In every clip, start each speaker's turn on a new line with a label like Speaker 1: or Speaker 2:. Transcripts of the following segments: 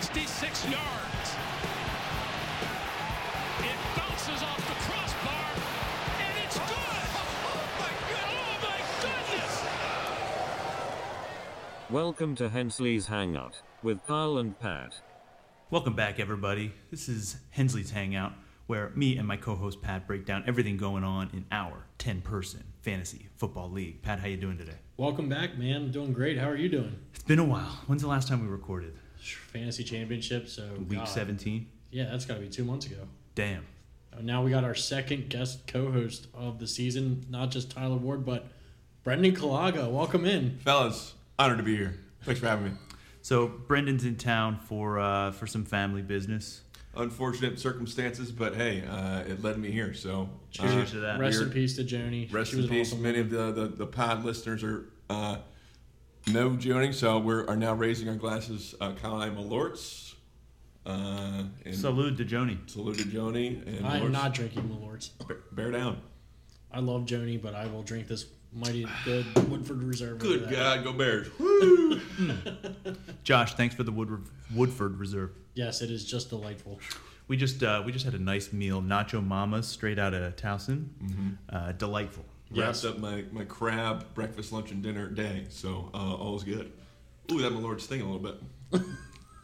Speaker 1: six yards. It bounces off the crossbar, and it's good. Oh my god! Oh my goodness!
Speaker 2: Welcome to Hensley's Hangout with Carl and Pat.
Speaker 3: Welcome back, everybody. This is Hensley's Hangout, where me and my co-host Pat break down everything going on in our ten-person fantasy football league. Pat, how you doing today?
Speaker 4: Welcome back, man. I'm doing great. How are you doing?
Speaker 3: It's been a while. When's the last time we recorded?
Speaker 4: Fantasy championship. So
Speaker 3: Week
Speaker 4: God.
Speaker 3: seventeen.
Speaker 4: Yeah, that's got to be two months ago. Uh,
Speaker 3: Damn.
Speaker 4: Now we got our second guest co-host of the season, not just Tyler Ward, but Brendan Kalaga. Welcome in.
Speaker 5: Fellas, honored to be here. Thanks for having me.
Speaker 3: So Brendan's in town for uh, for some family business.
Speaker 5: Unfortunate circumstances, but hey, uh, it led me here. So uh,
Speaker 3: Cheers to that.
Speaker 4: Rest
Speaker 5: we're-
Speaker 4: in peace to Joni.
Speaker 5: Rest
Speaker 4: She was
Speaker 5: in
Speaker 4: an
Speaker 5: peace.
Speaker 4: awesome
Speaker 5: Many
Speaker 4: woman.
Speaker 5: of the, the, the pod listeners are uh, no joning, so we are now raising our glasses. Uh, Kyle and I, Malorts, uh, and
Speaker 3: Salute to Joni.
Speaker 5: salute to Joni and
Speaker 4: I am
Speaker 5: Malorts.
Speaker 4: not drinking Malorts.
Speaker 5: Bear, bear down.
Speaker 4: I love Joni, but I will drink this mighty good Woodford Reserve. over
Speaker 5: Good
Speaker 4: that.
Speaker 5: God, go Bears!
Speaker 3: Josh, thanks for the Woodward, Woodford Reserve.
Speaker 4: Yes, it is just delightful.
Speaker 3: We just uh, we just had a nice meal, Nacho Mamas, straight out of Towson. Uh, delightful.
Speaker 4: Yes.
Speaker 5: Wrapped up my, my crab breakfast, lunch, and dinner day, so uh, all's good. Ooh, that Malorts thing a little bit.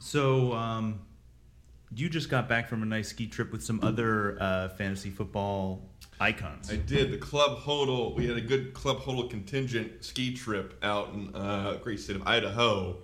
Speaker 3: So, um, you just got back from a nice ski trip with some other uh, fantasy football icons.
Speaker 5: I did. The club hodl. We had a good club hodl contingent ski trip out in uh, great state of Idaho.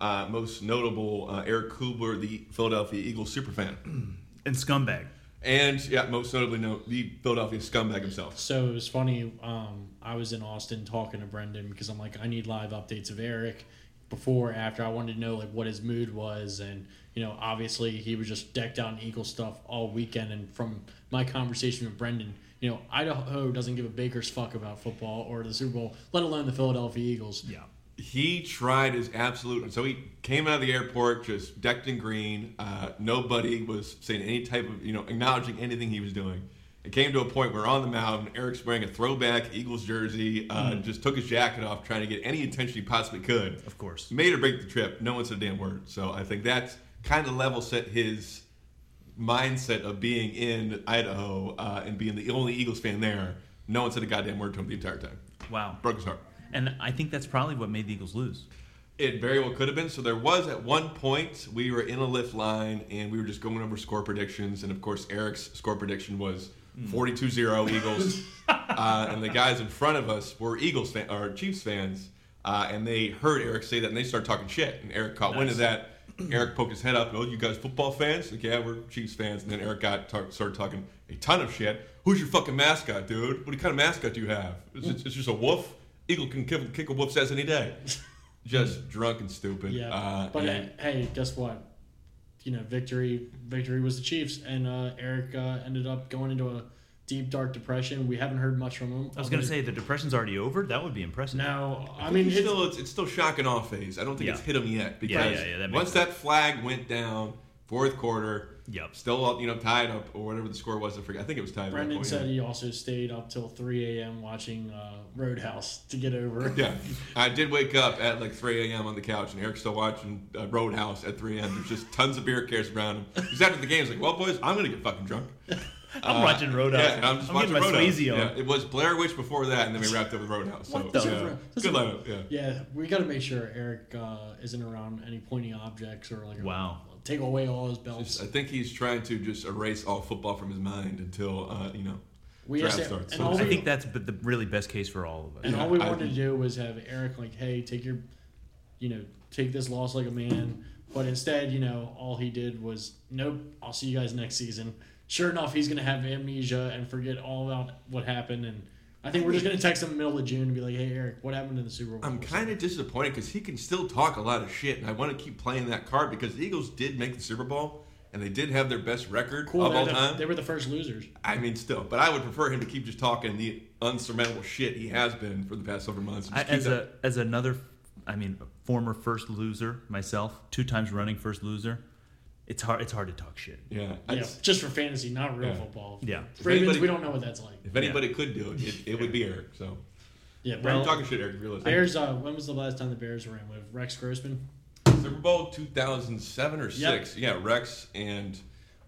Speaker 5: Uh, most notable, uh, Eric Kubler, the Philadelphia Eagles superfan,
Speaker 3: and Scumbag.
Speaker 5: and yeah, most notably, no, the Philadelphia scumbag himself.
Speaker 4: So it was funny. Um, I was in Austin talking to Brendan because I'm like, I need live updates of Eric before, after. I wanted to know like what his mood was, and you know, obviously he was just decked out in Eagle stuff all weekend. And from my conversation with Brendan, you know, Idaho doesn't give a baker's fuck about football or the Super Bowl, let alone the Philadelphia Eagles.
Speaker 3: Yeah.
Speaker 5: He tried his absolute, and so he came out of the airport just decked in green. Uh, nobody was saying any type of, you know, acknowledging anything he was doing. It came to a point where on the mountain, Eric's wearing a throwback Eagles jersey, uh, just took his jacket off, trying to get any attention he possibly could.
Speaker 3: Of course.
Speaker 5: made or break the trip. No one said a damn word. So I think that's kind of level set his mindset of being in Idaho uh, and being the only Eagles fan there. No one said a goddamn word to him the entire time.
Speaker 3: Wow.
Speaker 5: Broke his heart.
Speaker 3: And I think that's probably what made the Eagles lose.
Speaker 5: It very well could have been. So there was at one point we were in a lift line and we were just going over score predictions. And of course, Eric's score prediction was 42 0 Eagles. uh, and the guys in front of us were Eagles fan, or Chiefs fans. Uh, and they heard Eric say that and they started talking shit. And Eric caught wind of that. Eric poked his head up. Oh, you guys football fans? Like, yeah, we're Chiefs fans. And then Eric got talk, started talking a ton of shit. Who's your fucking mascot, dude? What kind of mascot do you have? It's, it's, it's just a wolf? Eagle can kick, kick a wolf's ass any day. Just drunk and stupid.
Speaker 4: Yeah,
Speaker 5: Uh,
Speaker 4: but
Speaker 5: and-
Speaker 4: hey, hey, guess what? You know, victory, victory was the Chiefs, and uh, Eric uh, ended up going into a deep dark depression. We haven't heard much from him.
Speaker 3: I was going to say the depression's already over. That would be impressive.
Speaker 4: No, I mean,
Speaker 5: it's
Speaker 4: it's,
Speaker 5: still it's, it's still shock and awe phase. I don't think it's
Speaker 3: Yeah.
Speaker 5: hit him yet because
Speaker 3: Yeah, yeah, yeah, that makes
Speaker 5: once
Speaker 3: sense.
Speaker 5: that flag went down, fourth quarter,
Speaker 3: Yep.
Speaker 5: still you know tied up or whatever the score was. I forget. I think it was tied. at that
Speaker 4: Brendan
Speaker 5: point,
Speaker 4: said
Speaker 5: yeah.
Speaker 4: he also stayed up till 3 a.m. watching uh, Roadhouse to get over.
Speaker 5: Yeah, I did wake up at like 3 a.m. on the couch, and Eric's still watching uh, Roadhouse at 3 a.m. There's just tons of beer cans around him. He's after the game. He's like, "Well, boys, I'm gonna get fucking drunk."
Speaker 3: I'm watching Roadhouse.
Speaker 5: uh, Yeah, I'm just watching
Speaker 3: getting my
Speaker 5: Roadhouse.
Speaker 3: Swayze on.
Speaker 5: Yeah, it was Blair Witch before that, and then we wrapped up with Roadhouse.
Speaker 3: What
Speaker 5: so,
Speaker 3: the-
Speaker 5: yeah.
Speaker 4: That's
Speaker 5: Good
Speaker 4: a-
Speaker 5: lineup. Yeah.
Speaker 4: Yeah, we got to make sure Eric uh, isn't around any pointy objects or like.
Speaker 3: Wow.
Speaker 4: Take away all his belts.
Speaker 5: I think he's trying to just erase all football from his mind until uh, you know
Speaker 4: We
Speaker 5: draft
Speaker 4: just-
Speaker 5: starts.
Speaker 4: and all
Speaker 3: I
Speaker 4: we-
Speaker 3: think that's b- the really best case for all of us.
Speaker 4: and all we
Speaker 5: I-
Speaker 4: wanted to do was have Eric like, hey, take your, you know, take this loss like a man. But instead, you know, all he did was, nope, I'll see you guys next season. Sure enough, he's gonna have amnesia and forget all about what happened. And I think we're just gonna text him in the middle of June and be like, hey, Eric, what happened in the Super Bowl?
Speaker 5: I'm kind of disappointed because he can still talk a lot of shit, and I want to keep playing that card because the Eagles did make the Super Bowl and they did have their best record
Speaker 4: cool.
Speaker 5: of
Speaker 4: They're
Speaker 5: all
Speaker 4: the-
Speaker 5: time.
Speaker 4: they were the first losers.
Speaker 5: I mean, still, but I would prefer him to keep just talking the unsurmountable shit he has been for the past several months. and
Speaker 3: I,
Speaker 5: just keep
Speaker 3: as
Speaker 5: that-
Speaker 3: a as another, I mean, former first loser myself, two times running first loser. It's hard. It's hard to talk shit.
Speaker 5: yeah, I
Speaker 4: Yeah,
Speaker 5: just-
Speaker 4: just for fantasy, not real
Speaker 5: Yeah.
Speaker 4: football.
Speaker 3: Yeah.
Speaker 4: Ravens,
Speaker 5: anybody-
Speaker 4: we don't know what that's like.
Speaker 5: if anybody could do it, it, it would be Eric. So
Speaker 4: Yeah,
Speaker 5: I'm
Speaker 4: well,
Speaker 5: talking shit, Eric. Realize
Speaker 4: Bears. Uh, when was the last time the Bears were in with Rex Grossman?
Speaker 5: so Super Bowl 2007 or
Speaker 4: Yep.
Speaker 5: six. Yeah, Rex and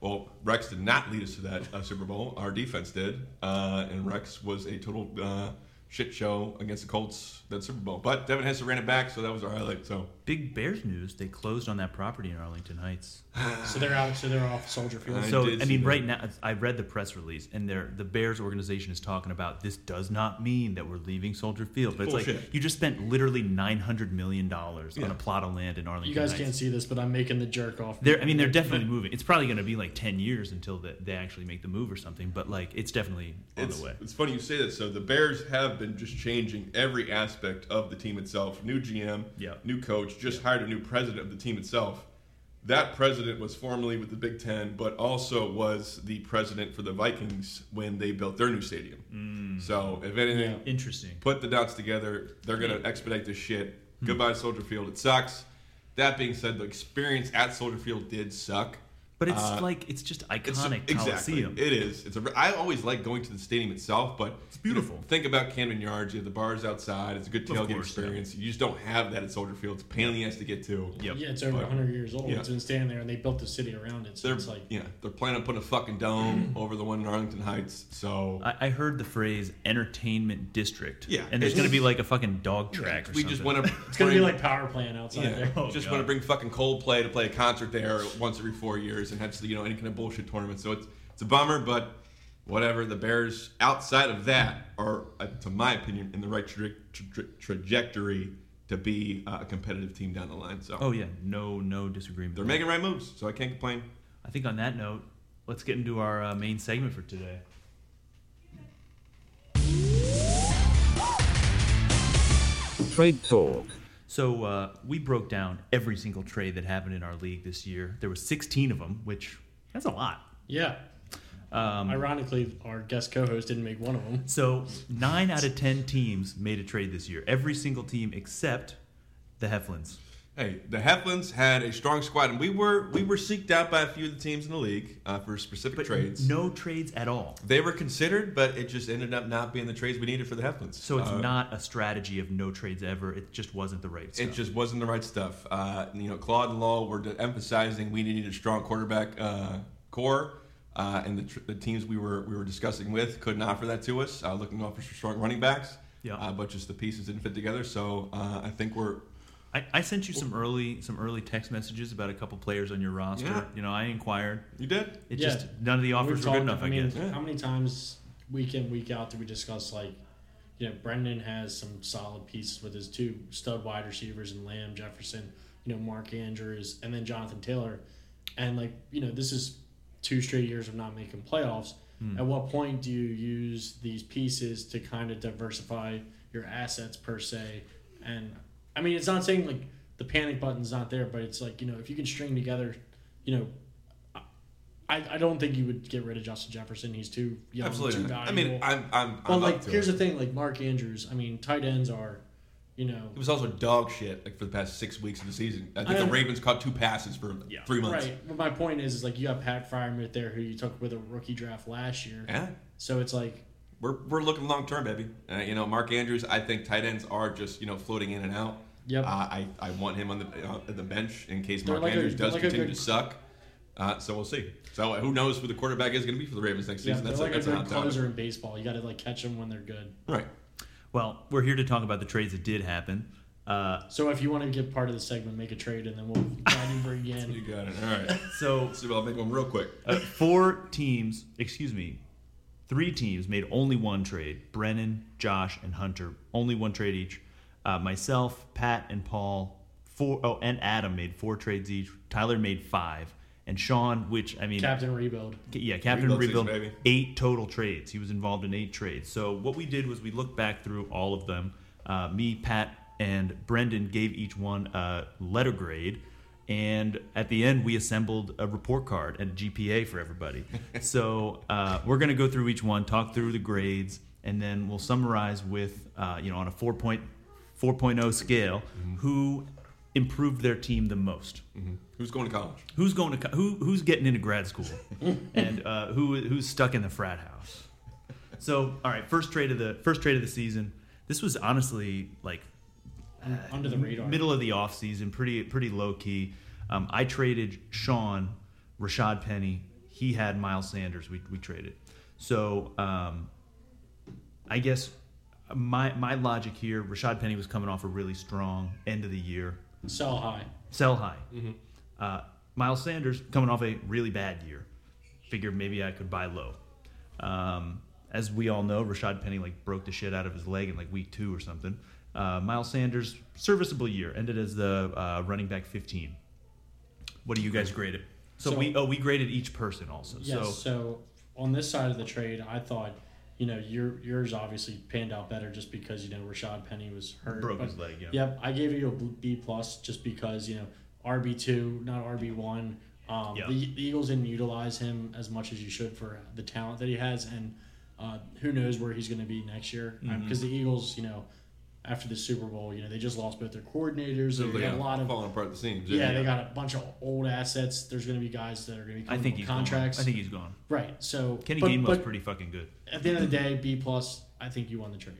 Speaker 5: well, Rex did not lead us to that uh, Super Bowl. Our defense did, uh, and Rex was a total uh, shit show against the Colts that Super Bowl. But Devin Hester ran it back, so that was our highlight. So
Speaker 3: Big Bears news. They closed on that property in Arlington Heights.
Speaker 4: So they're out. So they're off Soldier Field.
Speaker 5: I
Speaker 3: So
Speaker 5: did
Speaker 3: I
Speaker 5: see
Speaker 3: mean,
Speaker 5: that.
Speaker 3: right now I read the press release, and they're, the Bears organization is talking about this does not mean that we're leaving Soldier Field, but it's
Speaker 5: Bullshit.
Speaker 3: like you just spent literally nine hundred million dollars on a plot of land in Arlington.
Speaker 4: you guys
Speaker 3: Heights.
Speaker 4: can't see this, but I'm making the jerk off.
Speaker 3: They're, I mean, they're definitely moving. It's probably going to be like ten years until the, they actually make the move or something. But like, it's definitely on
Speaker 5: it's,
Speaker 3: the way.
Speaker 5: it's funny you say that. So the Bears have been just changing every aspect of the team itself. New GM,
Speaker 3: Yeah.
Speaker 5: new coach, just hired a new president of the team itself. That president was formerly with the Big Ten, but also was the president for the Vikings when they built their new stadium.
Speaker 3: Mm.
Speaker 5: So if anything,
Speaker 4: Yeah.
Speaker 3: Interesting.
Speaker 5: put the dots together. They're gonna expedite this shit.
Speaker 3: Hmm.
Speaker 5: Goodbye, Soldier Field. It sucks. That being said, the experience at Soldier Field did suck.
Speaker 3: But it's
Speaker 5: Uh,
Speaker 3: like it's just
Speaker 5: It's
Speaker 3: iconic Coliseum.
Speaker 5: It is. It's a. I always like going to the stadium itself, but it's
Speaker 3: beautiful.
Speaker 5: think about Camden Yards. You have the bars outside. It's a good
Speaker 3: Of
Speaker 5: tailgate
Speaker 3: course, yeah.
Speaker 5: experience. You just don't have that at Soldier Field. It's a pain in the ass to get to.
Speaker 3: Yep.
Speaker 4: Yeah, it's over
Speaker 5: But-
Speaker 4: 100 years old.
Speaker 5: Yeah.
Speaker 4: It's been standing there, and they built the city around it. So
Speaker 5: They're
Speaker 4: it's like
Speaker 5: yeah. They're planning on putting a fucking dome over the one in Arlington Heights. So
Speaker 3: I, I heard the phrase "entertainment district."
Speaker 5: Yeah,
Speaker 3: and there's
Speaker 5: it's-
Speaker 3: going to be like a fucking dog track. or
Speaker 5: we just
Speaker 3: something.
Speaker 5: want to.
Speaker 4: it's gonna be like power plant outside
Speaker 5: Yeah,
Speaker 4: there.
Speaker 3: Oh,
Speaker 5: just
Speaker 3: God.
Speaker 5: want to bring fucking Coldplay to play a concert there once every four years, and have you know any kind of bullshit tournament. So it's it's a bummer, but whatever. The Bears, outside of that, are uh, to my opinion in the right tra- tra- trajectory to be uh, a competitive team down the line. So
Speaker 3: Oh yeah, no, no disagreement.
Speaker 5: they're making right moves, so I can't complain.
Speaker 3: I think on that note, let's get into our uh, main segment for today.
Speaker 2: Trade talk.
Speaker 3: So uh, we broke down every single trade that happened in our league this year. There were 16 of them, which that's a lot.
Speaker 4: Yeah.
Speaker 3: Um,
Speaker 4: Ironically, our guest co-host didn't make one of them.
Speaker 3: So nine out of 10 teams made a trade this year. Every single team except the Heflins.
Speaker 5: Hey, the Heflins had a strong squad, and we were we were seeked out by a few of the teams in the league uh, for specific
Speaker 3: But
Speaker 5: trades.
Speaker 3: no trades at all.
Speaker 5: They were considered, but it just ended up not being the trades we needed for the Heflins.
Speaker 3: So it's
Speaker 5: Uh,
Speaker 3: not a strategy of no trades ever. It just wasn't the right stuff.
Speaker 5: It just wasn't the right stuff. Uh, you know, Claude and Law were emphasizing we needed a strong quarterback uh, core, uh, and the, tr- the teams we were we were discussing with couldn't offer that to us. Uh, looking off for strong running backs,
Speaker 3: Yeah.
Speaker 5: uh, but just the pieces didn't fit together. So uh, I think we're
Speaker 3: I, I sent you some early some early text messages about a couple players on your roster.
Speaker 5: Yeah.
Speaker 3: You know, I inquired.
Speaker 5: you did.
Speaker 3: It
Speaker 4: Yeah.
Speaker 3: just none of the offers were
Speaker 4: We've
Speaker 3: good enough.
Speaker 4: talked-
Speaker 3: I,
Speaker 4: mean,
Speaker 3: guess.
Speaker 5: Yeah.
Speaker 4: How many times week in week out do we discuss like, you know, Brendan has some solid pieces with his two stud wide receivers and Lamb Jefferson, you know, Mark Andrews, and then Jonathan Taylor, and like you know this is two straight years of not making playoffs.
Speaker 5: Hmm.
Speaker 4: At what point do you use these pieces to kind of diversify your assets per se? And I mean, it's not saying like the panic button's not there, but it's like you know if you can string together, you know, I, I don't think you would get rid of Justin Jefferson. He's too young,
Speaker 5: Absolutely.
Speaker 4: too
Speaker 5: not. I
Speaker 4: valuable.
Speaker 5: mean, I'm I'm.
Speaker 4: well,
Speaker 5: I'm
Speaker 4: like
Speaker 5: up to
Speaker 4: here's
Speaker 5: it.
Speaker 4: the thing: like Mark Andrews. I mean, tight ends are, you know,
Speaker 5: It was also dog shit like for the past six weeks of the season. I think
Speaker 4: I-
Speaker 5: the Ravens caught two passes for
Speaker 3: Yeah.
Speaker 5: three months.
Speaker 4: right. But my point is, is like you have Pat Fryermuth there, who you took with a rookie draft last year.
Speaker 5: Yeah.
Speaker 4: So it's like
Speaker 5: we're, we're looking long term, baby. Uh, you know, Mark Andrews. I think tight ends are just you know floating in and out.
Speaker 4: Yep.
Speaker 5: Uh, I I want him on the uh, the bench in case
Speaker 4: They're
Speaker 5: Mark
Speaker 4: like a-
Speaker 5: Andrews does
Speaker 4: like a
Speaker 5: continue
Speaker 4: good-
Speaker 5: to suck. Uh, so we'll see. So who knows who the quarterback is going to be for the Ravens next
Speaker 4: yeah,
Speaker 5: season?
Speaker 4: they're
Speaker 5: That's
Speaker 4: like
Speaker 5: that's
Speaker 4: a
Speaker 5: a
Speaker 4: good
Speaker 5: hot topic.
Speaker 4: closer in baseball. You got to like catch them when they're good.
Speaker 5: Right.
Speaker 3: Well, we're here to talk about the trades that did happen. Uh,
Speaker 4: So if you want to get part of the segment, make a trade, and then we'll guide you bring you
Speaker 5: You
Speaker 4: in.
Speaker 5: got it. All right.
Speaker 3: so
Speaker 5: So I'll make one real quick.
Speaker 3: uh, four teams, excuse me, three teams made only one trade. Brennan, Josh, and Hunter only one trade each. Uh, myself, Pat, and Paul four. Oh, and Adam made four trades each. Tyler made five, and Sean, which I mean,
Speaker 4: Captain rebuild.
Speaker 3: Yeah, Captain
Speaker 5: Rebuild
Speaker 3: Rebuild,
Speaker 5: season, baby.
Speaker 3: eight total trades. He was involved in eight trades. So what we did was we looked back through all of them. Uh, me, Pat, and Brendan gave each one a letter grade, and at the end we assembled a report card and GPA for everybody. so uh, we're gonna go through each one, talk through the grades, and then we'll summarize with uh, you know on a four point. 4.0 scale,
Speaker 5: Mm-hmm.
Speaker 3: who improved their team the most?
Speaker 5: Who's going to college?
Speaker 3: Who's going to co- who? Who's getting into grad school, and uh, who who's stuck in the frat house? So, all right, first trade of the first trade of the season. This was honestly like
Speaker 4: Un- under the radar.
Speaker 3: middle of the offseason, pretty pretty low key. Um, I traded Sean, Rashad Penny. He had Miles Sanders. We, we traded. So um, I guess my my logic here, Rashad Penny was coming off a really strong end of the year.
Speaker 4: Sell high.
Speaker 3: Sell high. Uh, Miles Sanders coming off a really bad year. Figured maybe I could buy low. Um, as we all know, Rashad Penny like broke the shit out of his leg in like week two or something. Uh, Miles Sanders serviceable year ended as the uh, running back 15. What do you guys grade it? So,
Speaker 4: So-
Speaker 3: we oh we graded each person also.
Speaker 4: Yes. So,
Speaker 3: so
Speaker 4: on this side of the trade, I thought, you know, your yours obviously panned out better just because you know Rashad Penny was hurt,
Speaker 3: Broke
Speaker 4: but-
Speaker 3: his leg, yeah.
Speaker 4: Yep. I gave you a B plus just because you know RB two, not RB one. Um,
Speaker 3: Yeah.
Speaker 4: the, the Eagles didn't utilize him as much as you should for the talent that he has, and uh, who knows where he's going to be next year?
Speaker 3: Mm-hmm.
Speaker 4: Because the Eagles, you know, after the Super Bowl, you know, they just lost both their coordinators.
Speaker 5: So
Speaker 4: they
Speaker 5: they
Speaker 4: got
Speaker 5: got
Speaker 4: a lot of
Speaker 5: falling apart at the seams.
Speaker 4: yeah, they got a bunch of old assets. There's going to be guys that are going to be
Speaker 3: I
Speaker 4: coming
Speaker 3: think
Speaker 4: from
Speaker 3: he's
Speaker 4: contracts.
Speaker 3: Gone. I think he's gone.
Speaker 4: right. So
Speaker 3: Kenny
Speaker 4: but-
Speaker 3: Gainwell's
Speaker 4: but
Speaker 3: pretty fucking good.
Speaker 4: At the end of the day, B plus. I think you won the trade.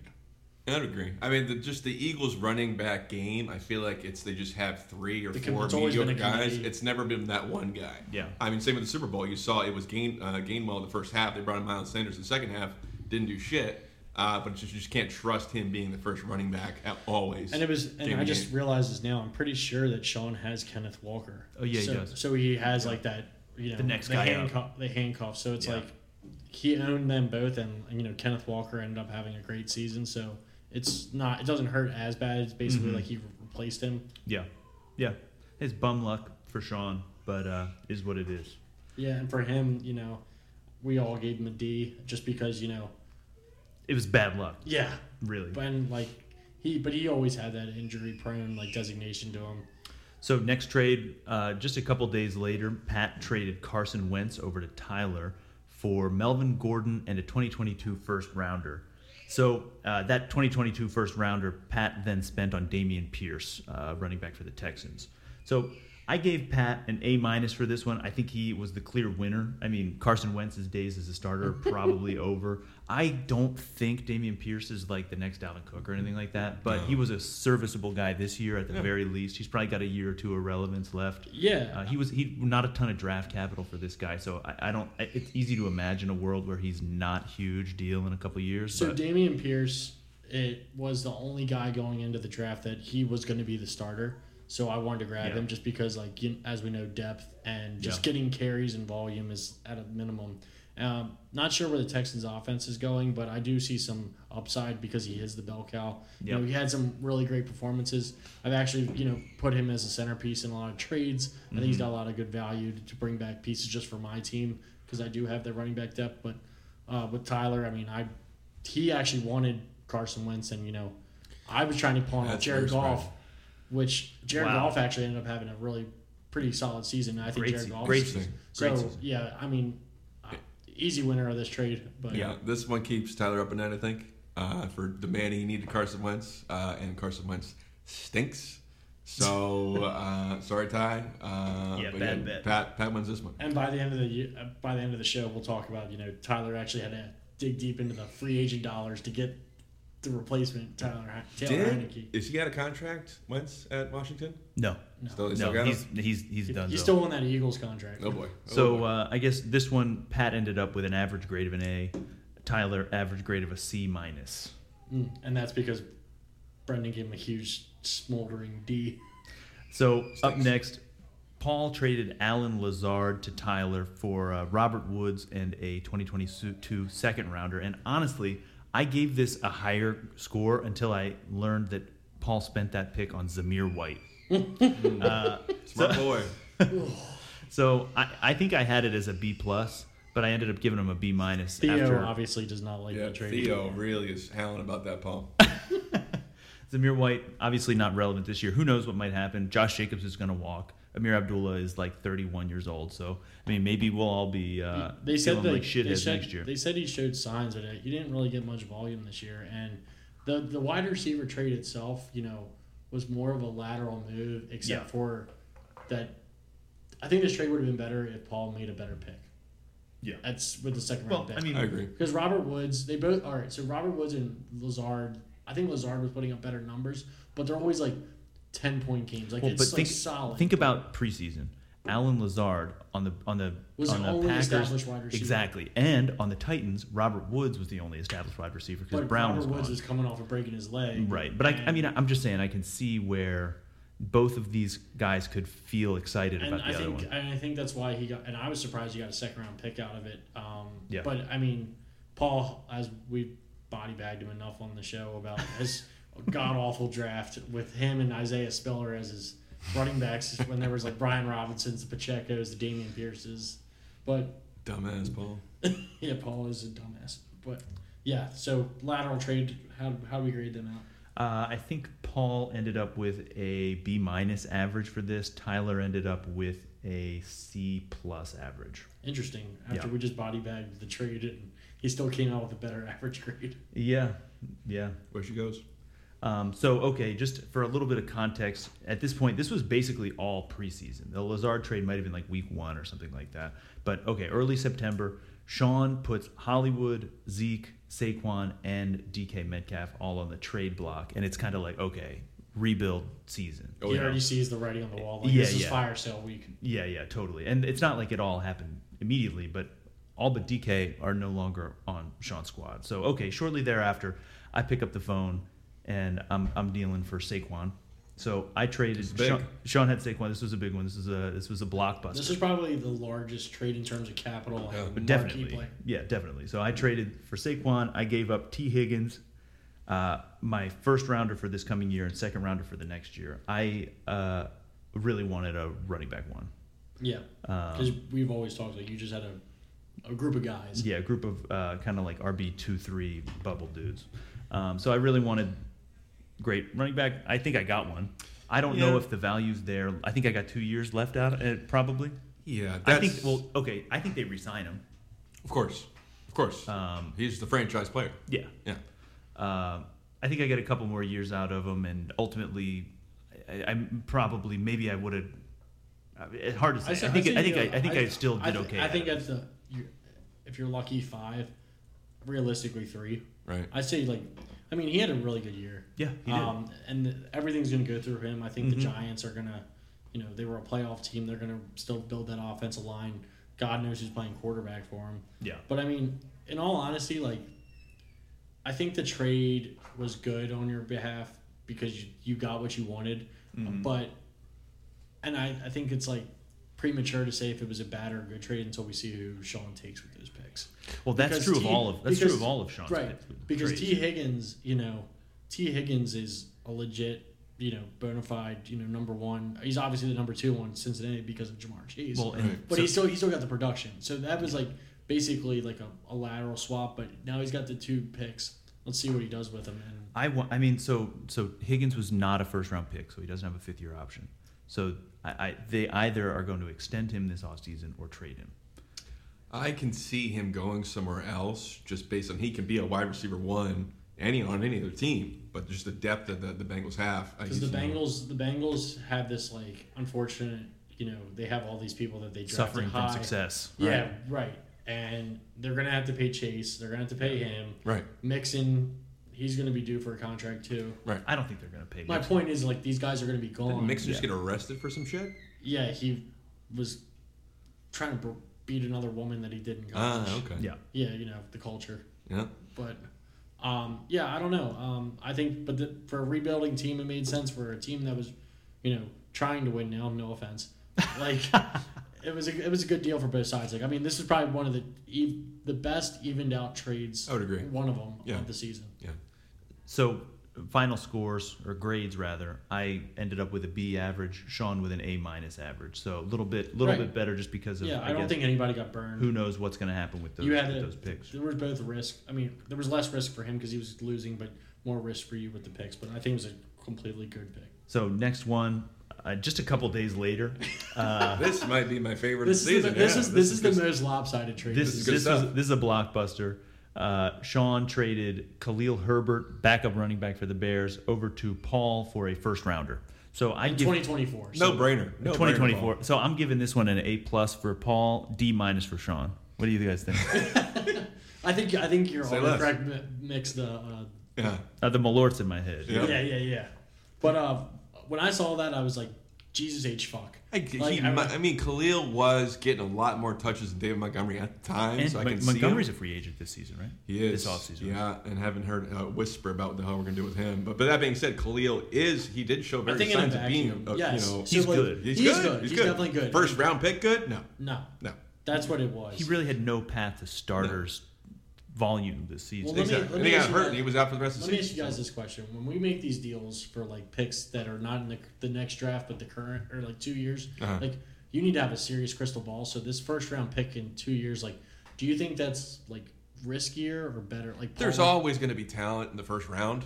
Speaker 5: I'd agree. I mean, the, just the Eagles' running back game. I feel like it's they just have three or
Speaker 4: The com-
Speaker 5: four
Speaker 4: it's always
Speaker 5: mediocre
Speaker 4: been a
Speaker 5: guys.
Speaker 4: committee.
Speaker 5: It's never been that one guy.
Speaker 3: Yeah.
Speaker 5: I mean, same with the Super Bowl. You saw it was Gain uh, Gainwell the first half. They brought in Miles Sanders the second half. Didn't do shit. Uh, but it's just, you just can't trust him being the first running back at, always.
Speaker 4: And it was, and
Speaker 5: Game
Speaker 4: I
Speaker 5: to
Speaker 4: just
Speaker 5: game.
Speaker 4: realized this now. I'm pretty sure that Sean has Kenneth Walker.
Speaker 3: Oh, yeah, he
Speaker 4: so,
Speaker 3: does.
Speaker 4: So he has like that, you know, the
Speaker 3: next guy up.
Speaker 4: handcuff, the handcuff. So it's
Speaker 3: Yeah.
Speaker 4: like he owned them both, and you know, Kenneth Walker ended up having a great season. So it's not, it doesn't hurt as bad. It's
Speaker 3: Mm-hmm.
Speaker 4: basically like he replaced him.
Speaker 3: Yeah, yeah. It's bum luck for Sean, but uh, is what it is.
Speaker 4: Yeah, and for him, you know, we all gave him a D just because you know,
Speaker 3: It was bad luck,
Speaker 4: yeah,
Speaker 3: really.
Speaker 4: and like he, but he always had that injury prone like designation to him.
Speaker 3: So next trade, uh, just a couple days later, Pat traded Carson Wentz over to Tyler for Melvin Gordon and a 2022 first rounder. So uh, that 2022 first rounder, Pat then spent on Damian Pierce, uh, running back for the Texans. So I gave Pat an A minus for this one. I think he was the clear winner. I mean, Carson Wentz's days as a starter are probably over. I don't think Damian Pierce is like the next Dalvin Cook or anything like that, but he was a serviceable guy this year at the very least. He's probably got a year or two of relevance left.
Speaker 4: Yeah.
Speaker 3: Uh, he was he not a ton of draft capital for this guy, so I, I don't. I, it's easy to imagine a world where he's not huge deal in a couple years.
Speaker 4: So
Speaker 3: but-
Speaker 4: Damian Pierce, it was the only guy going into the draft that he was going to be the starter. So I wanted to grab
Speaker 3: Yeah.
Speaker 4: him just because, like, you, as we know, depth and just
Speaker 3: Yeah.
Speaker 4: getting carries and volume is at a minimum. Um, not sure where the Texans' offense is going, but I do see some upside because he is the bell cow. You know,
Speaker 3: Yep.
Speaker 4: he had some really great performances. I've actually, you know, put him as a centerpiece in a lot of trades. I think he's
Speaker 3: Mm-hmm.
Speaker 4: got a lot of good value to, to bring back pieces just for my team because I do have that running back depth. But uh, with Tyler, I mean, I he actually wanted Carson Wentz, and you know, I was trying to pawn off
Speaker 5: That's
Speaker 4: Jared
Speaker 5: very
Speaker 4: Goff,
Speaker 5: surprising.
Speaker 4: which Jared
Speaker 3: Wow.
Speaker 4: Goff actually ended up having a really pretty solid season. I think
Speaker 3: Great
Speaker 4: Jared
Speaker 3: se-
Speaker 4: Goff.
Speaker 3: great
Speaker 5: season.
Speaker 4: So
Speaker 3: Great season.
Speaker 4: yeah, I mean, uh, easy winner of this trade, but
Speaker 5: Yeah, this one keeps Tyler up at night, I think, uh, for the man he needed Carson Wentz, uh, and Carson Wentz stinks. So uh, sorry, Ty. Uh,
Speaker 3: Yeah,
Speaker 5: but
Speaker 3: bad bet.
Speaker 5: Pat Pat wins this one.
Speaker 4: And by the end of the ye- uh, by the end of the show, we'll talk about you know Tyler actually had to dig deep into the free agent dollars to get the replacement Tyler He- Taylor Heineke.
Speaker 5: Did is he out of contract? Wentz at Washington?
Speaker 3: no,
Speaker 5: Still,
Speaker 3: no,
Speaker 5: still got him?
Speaker 3: he's, he's he's done.
Speaker 4: He's
Speaker 3: though.
Speaker 4: still on that Eagles contract.
Speaker 5: Oh boy. Oh
Speaker 3: So
Speaker 5: boy.
Speaker 3: uh, I guess this one, Pat ended up with an average grade of an A. Tyler, average grade of a C minus.
Speaker 4: Mm, and that's because Brendan gave him a huge smoldering D.
Speaker 3: So up next, Paul traded Alan Lazard to Tyler for uh, Robert Woods and a 2022 second rounder. And honestly, I gave this a higher score until I learned that Paul spent that pick on Zamir White. uh,
Speaker 5: smart boy.
Speaker 3: So I, I think I had it as a B plus, but I ended up giving him a B minus.
Speaker 4: Theo
Speaker 3: after,
Speaker 4: obviously does not like
Speaker 5: Yeah,
Speaker 4: the trade.
Speaker 5: Theo really is howling about that Paul.
Speaker 3: Zamir White, obviously not relevant this year. Who knows what might happen? Josh Jacobs is going to walk. Amir Abdullah is like 31 years old. So, I mean, maybe we'll all be uh,
Speaker 4: They said
Speaker 3: feeling
Speaker 4: that
Speaker 3: like shit
Speaker 4: they
Speaker 3: heads
Speaker 4: said,
Speaker 3: next year.
Speaker 4: They said he showed signs, but uh, he didn't really get much volume this year. And the the wide receiver trade itself, you know, was more of a lateral move, except
Speaker 3: Yeah.
Speaker 4: for that. I think this trade would have been better if Paul made a better pick.
Speaker 3: Yeah.
Speaker 4: that's with the second
Speaker 3: well,
Speaker 4: round pick.
Speaker 3: I mean,
Speaker 5: I agree.
Speaker 4: because Robert Woods, they both all right. So Robert Woods and Lazard, I think Lazard was putting up better numbers, but they're always like ten point games. Like
Speaker 3: Well,
Speaker 4: it's
Speaker 3: but
Speaker 4: like
Speaker 3: think
Speaker 4: solid.
Speaker 3: think about preseason. Alan Lazard on the on the
Speaker 4: Was
Speaker 3: on
Speaker 4: the
Speaker 3: the
Speaker 4: only
Speaker 3: Packers
Speaker 4: established wide receiver.
Speaker 3: exactly, and on the Titans, Robert Woods was the only established wide receiver because
Speaker 4: but
Speaker 3: Brown
Speaker 4: Robert
Speaker 3: was gone.
Speaker 4: Woods is coming off of breaking his leg.
Speaker 3: Right. But I, I mean, I'm just saying, I can see where both of these guys could feel excited
Speaker 4: and
Speaker 3: about the
Speaker 4: I
Speaker 3: other
Speaker 4: think
Speaker 3: one.
Speaker 4: and I think that's why he got. And I was surprised he got a second round pick out of it. Um,
Speaker 3: Yeah.
Speaker 4: But I mean, Paul, as we body bagged him enough on the show about his god awful draft with him and Isaiah Spiller as his running backs when there was like Brian Robinson's, the Pacheco's, the Damian Pierce's, but
Speaker 5: Dumbass Paul.
Speaker 4: yeah, Paul is a dumbass. But yeah, so lateral trade. How how do we grade them out?
Speaker 3: Uh, I think Paul ended up with a B minus average for this. Tyler ended up with a C plus average.
Speaker 4: Interesting. After
Speaker 3: Yeah.
Speaker 4: we just body bagged the trade, and he still came out with a better average grade.
Speaker 3: Yeah. Yeah.
Speaker 5: Where she goes.
Speaker 3: Um, so, okay, just for a little bit of context, at this point, this was basically all preseason. The Lazard trade might have been like week one or something like that. But, okay, early September, Sean puts Hollywood, Zeke, Saquon, and DK Metcalf all on the trade block. And it's kind of like, okay, rebuild season.
Speaker 5: Oh,
Speaker 4: he
Speaker 5: yeah.
Speaker 4: already sees the writing on the wall. Like,
Speaker 3: Yeah,
Speaker 4: this is
Speaker 3: yeah.
Speaker 4: fire sale week.
Speaker 3: Yeah, yeah, totally. And it's not like it all happened immediately, but all but DK are no longer on Sean's squad. So okay, shortly thereafter, I pick up the phone and I'm I'm dealing for Saquon. So I traded
Speaker 5: is big.
Speaker 3: Sean, Sean had Saquon. This was a big one. This was a this was a blockbuster.
Speaker 4: This is probably the largest trade in terms of capital.
Speaker 5: Yeah,
Speaker 4: and
Speaker 3: But
Speaker 4: marquee
Speaker 3: Oh, definitely,
Speaker 4: player.
Speaker 3: yeah, definitely. So I traded for Saquon. I gave up T. Higgins, uh, my first rounder for this coming year and second rounder for the next year. I uh, really wanted a running back one.
Speaker 4: Yeah,
Speaker 3: Um,
Speaker 4: because we've always talked like you just had a, a group of guys.
Speaker 3: Yeah, a group of uh, kind of like RB two three bubble dudes. Um, so I really wanted great running back. I think I got one. I don't know
Speaker 5: Yeah.
Speaker 3: if the value's there. I think I got two years left out of it, probably.
Speaker 5: Yeah,
Speaker 3: I
Speaker 5: that's,
Speaker 3: think. Well, okay. I think they resign him.
Speaker 5: of course, of course.
Speaker 3: Um,
Speaker 5: He's the franchise player.
Speaker 3: Yeah.
Speaker 5: Yeah,
Speaker 3: Um I think I get a couple more years out of him, and ultimately, I, I'm probably maybe I would have. It's hard to say. I,
Speaker 4: said-
Speaker 3: think. I think. I,
Speaker 4: uh,
Speaker 3: I think I, still did
Speaker 4: I th-
Speaker 3: okay.
Speaker 4: I
Speaker 3: out
Speaker 4: think
Speaker 3: of it.
Speaker 4: at the you- if you're lucky five, realistically three.
Speaker 5: right.
Speaker 4: I'd say like, I mean, he had a really good year.
Speaker 3: Yeah, he did. Mm-hmm.
Speaker 4: Um, and th- everything's going to go through him. I think the Giants are going to, you know, they were a playoff team. They're going to still build that offensive line. God knows who's playing quarterback for him.
Speaker 3: Yeah.
Speaker 4: But I mean, in all honesty, like, I think the trade was good on your behalf because you, you got what you wanted.
Speaker 3: Mm-hmm.
Speaker 4: But, and I, I think it's like premature to say if it was a bad or a good trade until we see who Sean takes with those picks.
Speaker 3: Well, that's
Speaker 4: Because
Speaker 3: true of
Speaker 4: T-
Speaker 3: all of. That's
Speaker 4: because-
Speaker 3: true of all of Sean's.
Speaker 4: Right.
Speaker 3: picks.
Speaker 4: Because
Speaker 3: Trades.
Speaker 4: T. Higgins, you know, T. Higgins is a legit, you know, bona fide, you know, number one. He's obviously the number two on Cincinnati because of Jamar Chase.
Speaker 3: Well, and
Speaker 5: Right.
Speaker 4: but
Speaker 3: so-
Speaker 4: he still he still got the production. So that was like basically like a, a lateral swap, but now he's got the two picks. Let's see what he does with them. And
Speaker 3: I want. I mean, so so Higgins was not a first round pick, so he doesn't have a fifth year option. So I, I they either are going to extend him this offseason or trade him.
Speaker 5: I can see him going somewhere else just based on he can be a wide receiver one any on any other team, but just the depth that the, the Bengals have. I
Speaker 4: because the
Speaker 5: just-
Speaker 4: Bengals the Bengals have this like unfortunate, you know, they have all these people that they drafted
Speaker 3: Suffering from
Speaker 4: high.
Speaker 3: success.
Speaker 4: Yeah, right. And they're gonna have to pay Chase. They're gonna have to pay him.
Speaker 5: Right.
Speaker 4: Mixon, he's going to be due for a contract too.
Speaker 3: I don't think they're going to pay.
Speaker 4: My
Speaker 3: Mixon.
Speaker 4: point is, like, these guys are going to be
Speaker 5: Didn't
Speaker 4: gone.
Speaker 5: Mixon just
Speaker 3: yeah.
Speaker 5: get arrested for some shit?
Speaker 4: yeah, he was trying to br- beat another woman that he did in
Speaker 5: Ah,
Speaker 4: college.
Speaker 5: okay.
Speaker 3: Yeah.
Speaker 4: Yeah, you know, the culture.
Speaker 5: Yeah.
Speaker 4: But, um, yeah, I don't know. Um, I think, but the, for a rebuilding team, it made sense for a team that was, you know, trying to win now, no offense. Like, it was a, it was a good deal for both sides. Like, I mean, this is probably one of the ev- the best evened out trades.
Speaker 5: I would agree.
Speaker 4: One of them
Speaker 5: Yeah.
Speaker 4: of the season.
Speaker 5: Yeah.
Speaker 3: So final scores or grades rather, I ended up with a B average, Sean with an A minus average. So a little bit, little
Speaker 4: Right.
Speaker 3: bit better just because of.
Speaker 4: Yeah, I, don't
Speaker 3: guess,
Speaker 4: think anybody got burned.
Speaker 3: Who knows what's going to happen with those,
Speaker 4: you had
Speaker 3: with
Speaker 4: a,
Speaker 3: those picks?
Speaker 4: There was both risk. I mean, there was less risk for him because he was losing, but more risk for you with the picks. But I think it was a completely good pick.
Speaker 3: So next one, uh, just a couple days later, uh,
Speaker 5: This might be my favorite
Speaker 4: This is the,
Speaker 5: season.
Speaker 4: this
Speaker 5: yeah.
Speaker 4: is this, is, the
Speaker 5: good
Speaker 4: most lopsided trade.
Speaker 3: this
Speaker 5: This
Speaker 3: is
Speaker 5: is good
Speaker 3: this
Speaker 5: stuff.
Speaker 3: is this is a blockbuster. Uh, Sean traded Khalil Herbert, backup running back for the Bears, over to Paul for a first rounder. So I give
Speaker 5: oh,
Speaker 4: twenty twenty four.
Speaker 5: stuff. no brainer. No brainer,
Speaker 3: 2024. so I'm giving this one an A plus for Paul, D minus for Sean. What do you guys think?
Speaker 4: I think I think you're
Speaker 5: Say
Speaker 4: all
Speaker 5: less.
Speaker 4: correct. mi- Mix the uh,
Speaker 5: Yeah.
Speaker 3: Uh, the Malort's in my head.
Speaker 5: Yeah.
Speaker 4: Yeah, yeah, yeah. But uh, when I saw that, I was like, Jesus H. Fuck.
Speaker 5: I, he,
Speaker 4: Like, I
Speaker 5: mi-
Speaker 4: was-
Speaker 5: I mean, Khalil was getting a lot more touches than David Montgomery at the time,
Speaker 3: And
Speaker 5: so I
Speaker 3: Mon-
Speaker 5: can
Speaker 3: Montgomery's
Speaker 5: see him.
Speaker 3: a free agent this season, right?
Speaker 5: He is.
Speaker 3: This offseason.
Speaker 5: Yeah, and haven't heard a whisper about what the hell we're going to do with him. But, but that being said, Khalil is, he did show
Speaker 4: I
Speaker 5: very
Speaker 4: think in a
Speaker 5: signs of being,
Speaker 4: vacuum.
Speaker 5: uh,
Speaker 4: yes.
Speaker 5: you know,
Speaker 4: So,
Speaker 3: he's
Speaker 4: like,
Speaker 3: good.
Speaker 4: He's, good. He's, definitely good.
Speaker 5: First round pick good? No.
Speaker 4: No,
Speaker 5: No.
Speaker 4: that's what it was.
Speaker 3: He really had no path to starters volume this season.
Speaker 4: Well, let me-
Speaker 5: Exactly. and he
Speaker 4: ask
Speaker 5: got
Speaker 4: you
Speaker 5: hurt
Speaker 4: that.
Speaker 5: and he was out for the rest of
Speaker 4: Let
Speaker 5: the
Speaker 4: me
Speaker 5: season.
Speaker 4: ask you guys this question: When we make these deals for like picks that are not in the, the next draft, but the current or like two years,
Speaker 5: Uh-huh.
Speaker 4: like you need to have a serious crystal ball. So this first round pick in two years, like, do you think that's like riskier or better? Like,
Speaker 5: There's
Speaker 4: Paul-
Speaker 5: always going to be talent in the first round.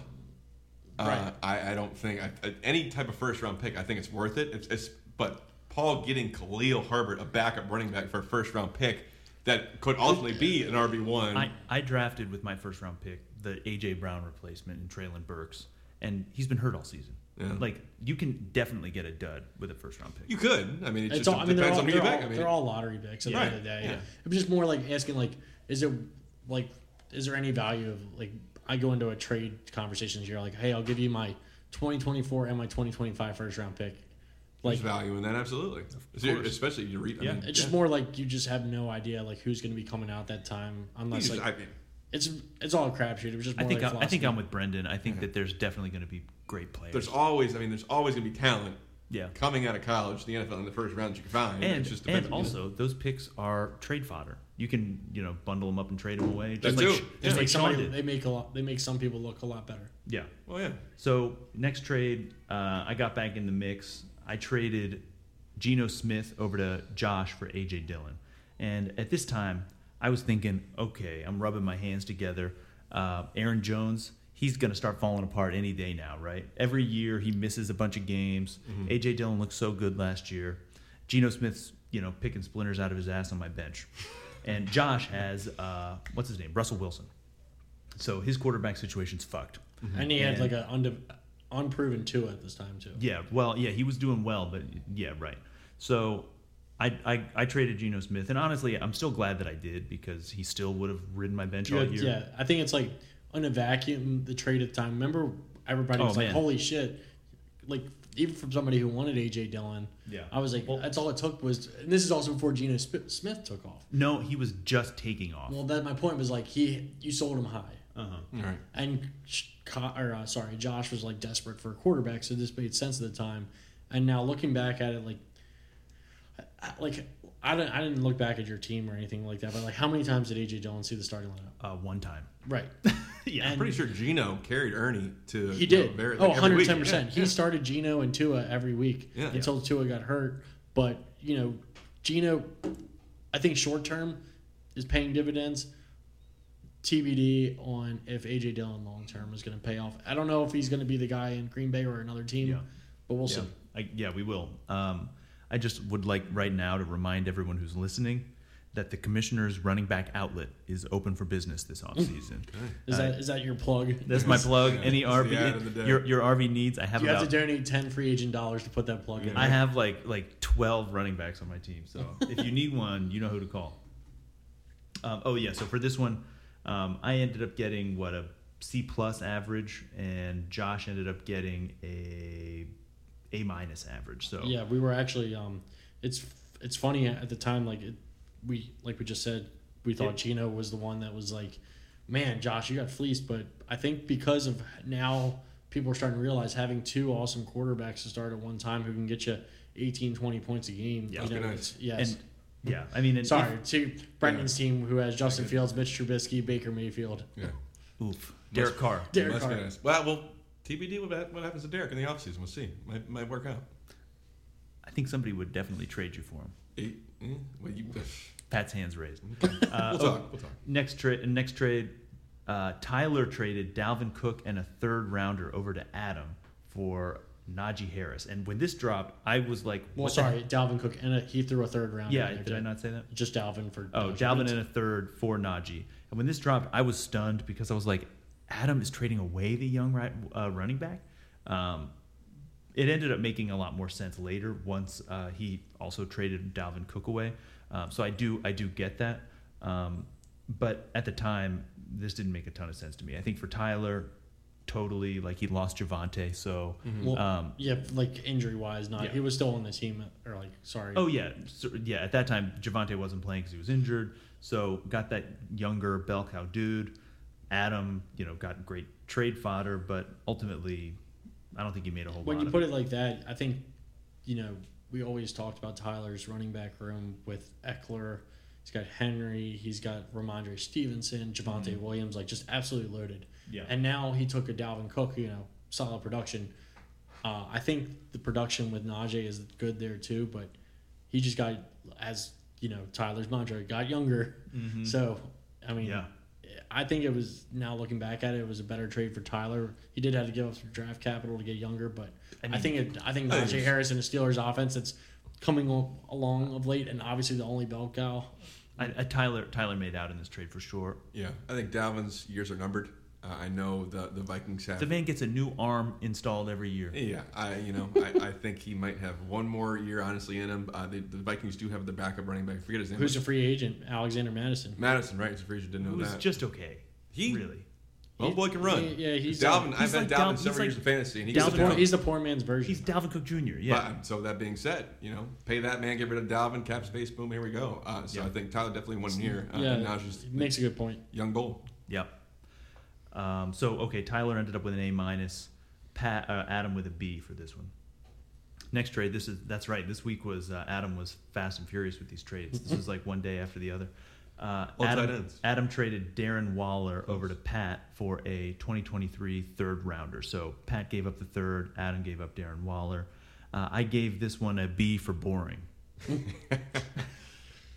Speaker 5: Uh,
Speaker 4: Right.
Speaker 5: I, I don't think I, I- any type of first round pick. I think it's worth it. It's, it's but Paul getting Khalil Herbert, a backup running back for a first round pick that could ultimately be an RB
Speaker 3: I,
Speaker 5: one.
Speaker 3: I drafted with my first round pick the AJ Brown replacement and Traylon Burks, and he's been hurt all season.
Speaker 5: Yeah.
Speaker 3: Like you can definitely get a dud with a first round pick.
Speaker 5: You could. I mean, it
Speaker 4: It's
Speaker 5: just
Speaker 4: all, I mean, they're
Speaker 5: depends
Speaker 4: all,
Speaker 5: on who you
Speaker 4: they're, all,
Speaker 5: pick. I mean,
Speaker 4: they're all lottery picks at
Speaker 3: Yeah.
Speaker 4: the end of the day.
Speaker 5: Yeah.
Speaker 4: I'm just more like asking, like, is it like, is there any value of like, I go into a trade conversations here, like, hey, I'll give you my 2024 and my 2025 first round pick. Like,
Speaker 5: there's value in that absolutely.
Speaker 3: course.
Speaker 5: Especially you read. I
Speaker 3: Yeah.
Speaker 5: mean,
Speaker 4: it's just more like you just have no idea like who's going to be coming out that time,
Speaker 5: You
Speaker 4: unless
Speaker 5: just-
Speaker 4: like
Speaker 5: I mean,
Speaker 4: it's it's all a crapshoot. It was just
Speaker 3: I
Speaker 4: more
Speaker 3: think
Speaker 4: like
Speaker 3: I, I think
Speaker 4: philosophy.
Speaker 3: I'm with Brendan. I think that there's definitely going to be great players.
Speaker 5: there's always. I mean, there's always going to be talent
Speaker 3: yeah.
Speaker 5: coming out of college, the NFL in the first round you can find.
Speaker 3: And,
Speaker 5: it just depends.
Speaker 3: and
Speaker 5: on you.
Speaker 3: also, those picks are trade fodder. You can, you know, bundle them up and trade them away. Just
Speaker 5: That
Speaker 3: like,
Speaker 5: too.
Speaker 3: just
Speaker 4: Just
Speaker 3: like
Speaker 4: like
Speaker 3: Sean
Speaker 4: somebody,
Speaker 3: did.
Speaker 4: they make a lot. They make some people look a lot better.
Speaker 3: Yeah.
Speaker 5: Well, yeah.
Speaker 3: So next trade, uh, I got back in the mix. I traded Geno Smith over to Josh for AJ Dillon, and at this time, I was thinking, okay, I'm rubbing my hands together. Uh, Aaron Jones, he's gonna start falling apart any day now, right? Every year he misses a bunch of games. AJ Dillon looked so good last year. Geno Smith's, you know, picking splinters out of his ass on my bench, and Josh has uh, what's his name, Russell Wilson. So his quarterback situation's fucked.
Speaker 5: Mm-hmm.
Speaker 4: And he had
Speaker 3: And-
Speaker 4: like a unde- unproven two at this time too.
Speaker 3: Yeah, well, yeah, he was doing well, but yeah, right. So I I, I traded Geno Smith, and honestly, I'm still glad that I did because he still would have ridden my bench
Speaker 4: You
Speaker 3: all
Speaker 4: had-
Speaker 3: year.
Speaker 4: yeah. I think it's like on a vacuum the trade at the time. Remember, everybody
Speaker 3: Oh,
Speaker 4: was
Speaker 3: man.
Speaker 4: like, "Holy shit!" Like even from somebody who wanted AJ Dillon.
Speaker 3: Yeah.
Speaker 4: I was like,
Speaker 3: Well-
Speaker 4: that's all it took was, and this is also before Geno Sp- Smith took off.
Speaker 3: No, he was just taking off.
Speaker 4: Well, that my point was like he you sold him high.
Speaker 5: All right.
Speaker 4: And Co- or uh, sorry, Josh was like desperate for a quarterback, so this made sense at the time. And now looking back at it, like, I- I- like I didn't I didn't look back at your team or anything like that, but like how many times did AJ Dillon see the starting lineup?
Speaker 3: uh, one time.
Speaker 4: Right,
Speaker 3: yeah,
Speaker 4: And-
Speaker 5: I'm pretty sure Gino carried Ernie to
Speaker 4: he did.
Speaker 5: Very,
Speaker 4: oh,
Speaker 5: like, every week.
Speaker 4: 110 percent. He started Gino and Tua every week
Speaker 5: Yeah.
Speaker 4: until Tua got hurt. But you know, Gino, I think short term is paying dividends. TBD on if AJ Dillon long term is going to pay off. I don't know if he's going to be the guy in Green Bay or another team,
Speaker 3: Yeah.
Speaker 4: but we'll
Speaker 3: yeah,
Speaker 4: see.
Speaker 3: I, yeah, we will. Um, I just would like right now to remind everyone who's listening that the commissioner's running back outlet is open for business this offseason.
Speaker 4: Is that is that your plug?
Speaker 3: That's my plug. Any
Speaker 5: It's the ad of the
Speaker 3: RV,
Speaker 5: day.
Speaker 3: your, your RV needs, I have
Speaker 4: You
Speaker 3: about
Speaker 4: have to donate ten free agent dollars to put that plug in.
Speaker 3: I have like like twelve running backs on my team, so if you need one, you know who to call. Um, oh yeah, so for this one, um, I ended up getting what a C plus average, and Josh ended up getting a A minus average. So
Speaker 4: Yeah, we were actually. Um, it's it's funny at the time, like it, we like we just said, we thought Gino was the one that was like, man, Josh, you got fleeced. But I think because of now, people are starting to realize having two awesome quarterbacks to start at one time who can get you 18, 20 points a game. Yeah,
Speaker 5: That'd be nice.
Speaker 4: yes.
Speaker 3: and yeah, I mean, and
Speaker 4: Sorry to Brendan's team, who has Justin Fields, Mitch Trubisky, Baker Mayfield,
Speaker 5: Yeah.
Speaker 3: if- oof, Derek Carr.
Speaker 4: Derek
Speaker 5: Must be
Speaker 4: Carr.
Speaker 5: nice. Well, well, TBD with that, what happens to Derek in the offseason. We'll see. Might, might work out.
Speaker 3: I think somebody would definitely trade you for him.
Speaker 5: Eight, eh, well, you,
Speaker 3: Pat's hands raised.
Speaker 5: we'll talk. We'll talk.
Speaker 3: Next trade. Next trade. Uh, Tyler traded Dalvin Cook and a third rounder over to Adam for Najee Harris. And when this dropped, I was like,
Speaker 4: Well,
Speaker 3: what the-
Speaker 4: sorry, Dalvin Cook, and uh, he threw a third round.
Speaker 3: Yeah,
Speaker 4: in there,
Speaker 3: did I
Speaker 4: too.
Speaker 3: not say that?
Speaker 4: Just Dalvin for
Speaker 3: Oh, Dalvin and a third for Najee. And when this dropped, I was stunned because I was like, Adam is trading away the young right, uh, running back. Um, it ended up making a lot more sense later once uh, he also traded Dalvin Cook away. Um, so I do I do get that, um, but at the time this didn't make a ton of sense to me. I think for Tyler, totally like he lost Javante. So
Speaker 4: Well,
Speaker 3: um,
Speaker 4: yeah, like injury wise, not
Speaker 3: Yeah.
Speaker 4: he was still on the team, or like sorry,
Speaker 3: Oh yeah, so, yeah. At that time, Javante wasn't playing because he was injured. So got that younger bell cow dude. Adam, you know, got great trade fodder, but ultimately, I don't think he made a whole
Speaker 4: when
Speaker 3: lot.
Speaker 4: you
Speaker 3: of
Speaker 4: put it like that, I think, you know, we always talked about Tyler's running back room with Eckler. He's got Henry. He's got Ramondre Stevenson, Javante Williams, like just absolutely loaded.
Speaker 3: Mm-hmm. Yeah.
Speaker 4: And now he took a Dalvin Cook, you know, solid production. Uh, I think the production with Najee is good there too, but he just got, as you know, Tyler's mantra, got younger. So, I mean,
Speaker 3: Yeah.
Speaker 4: I think it was now looking back at it, it was a better trade for Tyler. He did have to give up some draft capital to get younger, but I,
Speaker 3: mean-
Speaker 4: think it, I think
Speaker 5: I think
Speaker 4: Najee
Speaker 5: it's-
Speaker 4: Harris and the Steelers offense that's coming al- along of late, and obviously the only bell cow.
Speaker 3: I, I, Tyler Tyler made out in this trade for sure.
Speaker 5: Yeah, I think Dalvin's years are numbered. Uh, I know the the Vikings have.
Speaker 3: The man gets a new arm installed every year.
Speaker 5: yeah, I you know I, I think he might have one more year honestly in him. Uh, the, the Vikings do have the backup running back. I forget his name.
Speaker 4: Who's a free agent? Alexander Madison.
Speaker 5: Madison, right? It's a Frazier didn't know
Speaker 3: It was
Speaker 5: that.
Speaker 3: just okay.
Speaker 5: He-
Speaker 3: really.
Speaker 5: well, boy can run.
Speaker 4: he- yeah, he's, uh,
Speaker 5: Dalvin.
Speaker 3: he's
Speaker 5: I've had
Speaker 3: like
Speaker 5: Dalvin
Speaker 3: Dal- he's
Speaker 5: several
Speaker 3: like
Speaker 5: years in fantasy, and he
Speaker 4: He's
Speaker 5: gets
Speaker 4: the,
Speaker 5: the
Speaker 4: poor,
Speaker 5: job.
Speaker 4: he's the poor man's version.
Speaker 3: He's Dalvin Cook Jr. Yeah.
Speaker 5: But- um, so that being said, you know, pay that man, get rid of Dalvin, cap space, boom, here we go. Uh, so
Speaker 3: Yeah.
Speaker 5: I think Tyler definitely won here. Uh,
Speaker 4: yeah,
Speaker 5: and now it's just
Speaker 4: makes a good point.
Speaker 5: young bull.
Speaker 3: Yep. Um, so okay, Tyler ended up with an A minus. Pat uh, Adam with a B for this one. Next trade. This is that's right. This week was uh, Adam was fast and furious with these trades. This was like one day after the other. Uh,
Speaker 5: All tight
Speaker 3: Adam,
Speaker 5: ends.
Speaker 3: Adam traded Darren Waller over to Pat for a 2023 third rounder. So Pat gave up the third. Adam gave up Darren Waller. Uh, I gave this one a B for boring.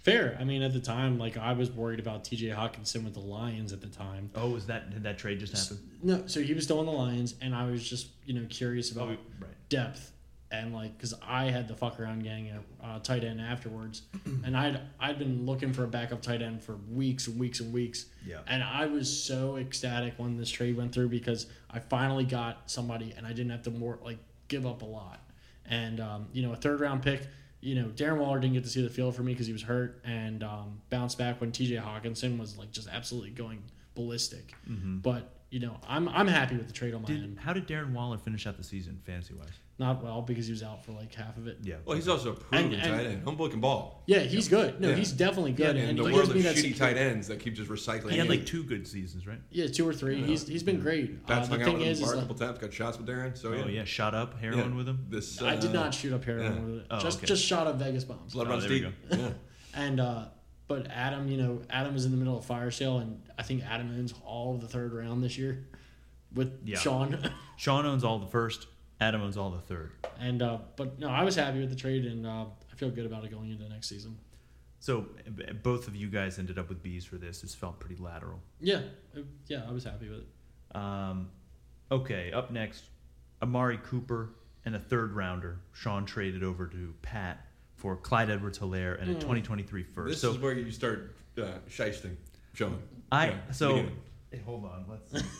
Speaker 4: Fair. I mean, at the time, like I was worried about T.J. Hawkinson with the Lions at the time.
Speaker 3: Oh, was that did that trade just happen?
Speaker 4: No, so he was still on the Lions, and I was just you know curious about
Speaker 3: Oh, right.
Speaker 4: depth and like because I had the fuck around gang at uh, tight end afterwards, and I'd I'd been looking for a backup tight end for weeks and weeks and weeks.
Speaker 3: Yeah.
Speaker 4: And I was so ecstatic when this trade went through because I finally got somebody, and I didn't have to more like give up a lot. And um, you know, a third round pick. You know, Darren Waller didn't get to see the field for me because he was hurt and um, bounced back when T.J. Hawkinson was like just absolutely going ballistic.
Speaker 5: Mm-hmm.
Speaker 4: But you know, I'm I'm happy with the trade on my
Speaker 3: Did,
Speaker 4: end.
Speaker 3: how did Darren Waller finish out the season fantasy wise?
Speaker 4: Not well because he was out for like half of it.
Speaker 3: Yeah.
Speaker 5: Well, he's also a proven
Speaker 4: And- and-
Speaker 5: tight end. Humble can ball.
Speaker 4: Yeah, he's good. No,
Speaker 5: Yeah.
Speaker 4: he's definitely good.
Speaker 5: And,
Speaker 4: and
Speaker 5: the
Speaker 4: he gives
Speaker 5: world of
Speaker 4: me that
Speaker 5: shitty
Speaker 4: security.
Speaker 5: tight ends that keep just recycling.
Speaker 3: He had
Speaker 5: in.
Speaker 3: like two good seasons, right?
Speaker 4: Yeah, two or three. He's he's been great. Uh,
Speaker 5: Pat's
Speaker 4: the
Speaker 5: hung out
Speaker 4: thing
Speaker 5: with him
Speaker 4: is,
Speaker 5: in
Speaker 4: is
Speaker 5: the bar a
Speaker 4: like,
Speaker 5: couple times, got shots with Darren. So yeah,
Speaker 3: Oh yeah, shot up
Speaker 5: Yeah.
Speaker 3: heroin with him.
Speaker 5: This
Speaker 4: I did
Speaker 5: uh,
Speaker 4: not shoot up heroin
Speaker 5: yeah.
Speaker 4: with it.
Speaker 3: Oh,
Speaker 4: just
Speaker 3: okay.
Speaker 4: just shot up Vegas bombs.
Speaker 5: Blood
Speaker 3: Oh,
Speaker 5: runs
Speaker 3: there we
Speaker 5: deep. Yeah.
Speaker 4: And uh, but Adam, you know, Adam was in the middle of a fire sale, and I think Adam owns all of the third round this year with
Speaker 3: Yeah.
Speaker 4: Sean.
Speaker 3: Sean owns all the first. Adam owns all the third.
Speaker 4: and uh, but no, I was happy with the trade, and uh, I feel good about it going into next season.
Speaker 3: So b- both of you guys ended up with B's for this. This felt pretty lateral.
Speaker 4: Yeah, it- yeah, I was happy with it.
Speaker 3: Um, okay, up next, Amari Cooper and a third rounder. Sean traded over to Pat for Clyde Edwards Hilaire and a 2023 first.
Speaker 5: Hmm. This
Speaker 3: so
Speaker 5: is where you start uh, shysting, Sean.
Speaker 3: I
Speaker 5: Yeah,
Speaker 3: so
Speaker 5: beginning.
Speaker 3: Hey, hold on. Let's.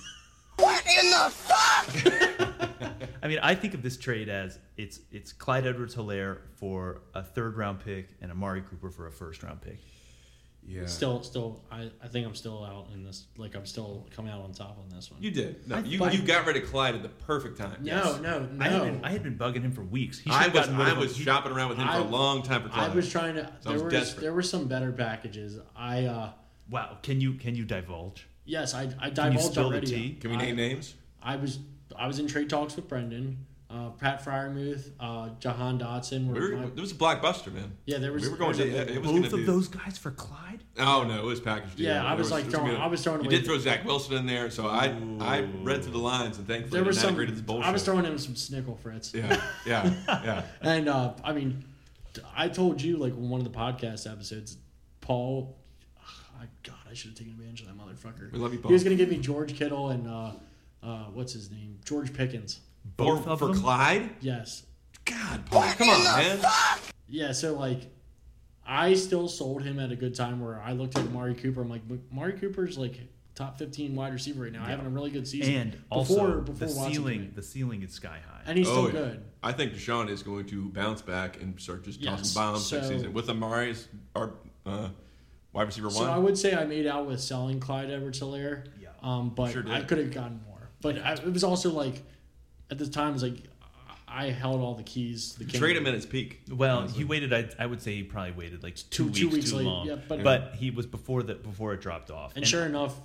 Speaker 6: What in the fuck?
Speaker 3: I mean, I think of this trade as it's it's Clyde Edwards Hilaire for a third round pick and Amari Cooper for a first round pick.
Speaker 5: yeah.
Speaker 4: Still, still, I, I think I'm still out in this. Like I'm still coming out on top on this one.
Speaker 5: You did. No,
Speaker 3: I
Speaker 5: you,
Speaker 3: thought-
Speaker 5: you got rid of Clyde at the perfect time.
Speaker 4: no,
Speaker 5: Yes.
Speaker 4: no, no.
Speaker 3: I had, been, I had been bugging him for weeks. He should
Speaker 5: I
Speaker 3: have
Speaker 5: was
Speaker 3: gotten rid
Speaker 5: I
Speaker 3: of him.
Speaker 5: was
Speaker 3: He-
Speaker 5: shopping around with him for a
Speaker 4: I-
Speaker 5: long time for Clyde.
Speaker 4: I was trying to.
Speaker 5: So I
Speaker 4: There
Speaker 5: was
Speaker 4: were
Speaker 5: desperate.
Speaker 4: there were some better packages. I uh
Speaker 3: Wow, can you can you divulge?
Speaker 4: yes, I I divulged
Speaker 3: spill the
Speaker 4: already.
Speaker 3: tea?
Speaker 5: Can we
Speaker 4: I-
Speaker 5: name names?
Speaker 4: I was I was in trade talks with Brendan, uh, Pat Fryermuth, uh, Jahan Dotson. Were
Speaker 5: We were,
Speaker 4: my-
Speaker 5: it was a blockbuster, man.
Speaker 4: Yeah, there was-
Speaker 5: We were going
Speaker 4: there
Speaker 5: to.
Speaker 4: was a-
Speaker 5: It was
Speaker 3: Both
Speaker 5: gonna
Speaker 3: of
Speaker 5: be,
Speaker 3: those guys for Clyde?
Speaker 5: Oh no, it was packaged.
Speaker 4: Yeah, I
Speaker 5: There
Speaker 4: was, like,
Speaker 5: there gonna
Speaker 4: throwing-
Speaker 5: be
Speaker 4: I was throwing
Speaker 5: You
Speaker 4: away-
Speaker 5: did throw Zach Wilson in there, so I I read through the lines and thankfully
Speaker 4: there
Speaker 5: did
Speaker 4: was
Speaker 5: not
Speaker 4: some.
Speaker 5: agree to this bullshit.
Speaker 4: I was throwing him some snickle frets.
Speaker 5: Yeah, yeah, yeah.
Speaker 4: And uh, I mean, I told you like in one of the podcast episodes, Paul. I God, I should have taken advantage of that motherfucker.
Speaker 5: We love you,
Speaker 4: He was
Speaker 5: Paul.
Speaker 4: gonna give me George Kittle and uh, uh, what's his name, George Pickens.
Speaker 5: Or
Speaker 3: Both of
Speaker 5: for
Speaker 3: them?
Speaker 5: Clyde?
Speaker 4: Yes,
Speaker 5: God, Paul, come on, man.
Speaker 4: Yeah, so like I still sold him at a good time where I looked at Amari Cooper. I'm like, Mari Cooper's like top 15 wide receiver right now, having a really good season.
Speaker 3: And also the
Speaker 4: Watson
Speaker 3: ceiling
Speaker 4: came
Speaker 3: the ceiling is sky high.
Speaker 4: in. And he's
Speaker 5: Oh,
Speaker 4: still
Speaker 5: yeah.
Speaker 4: good.
Speaker 5: I think Deshaun is going to bounce back and start just tossing
Speaker 4: Yes,
Speaker 5: bombs next
Speaker 4: so-
Speaker 5: season with Amari's our uh, wide receiver
Speaker 4: So
Speaker 5: one.
Speaker 4: I would say I made out with selling Clyde Edwards Hilaire.
Speaker 3: Yeah.
Speaker 4: Um, but
Speaker 5: Sure did.
Speaker 4: I could have gotten more. But I, it was also like at the time, it was like I held all the keys to the kingdom.
Speaker 5: Trade him at its peak.
Speaker 3: Well, he waited. I, I would say he probably waited like two,
Speaker 4: two
Speaker 3: weeks,
Speaker 4: weeks
Speaker 3: too
Speaker 4: late,
Speaker 3: long.
Speaker 4: yeah,
Speaker 3: but,
Speaker 4: but-
Speaker 3: he was before the before it dropped off.
Speaker 4: And sure enough,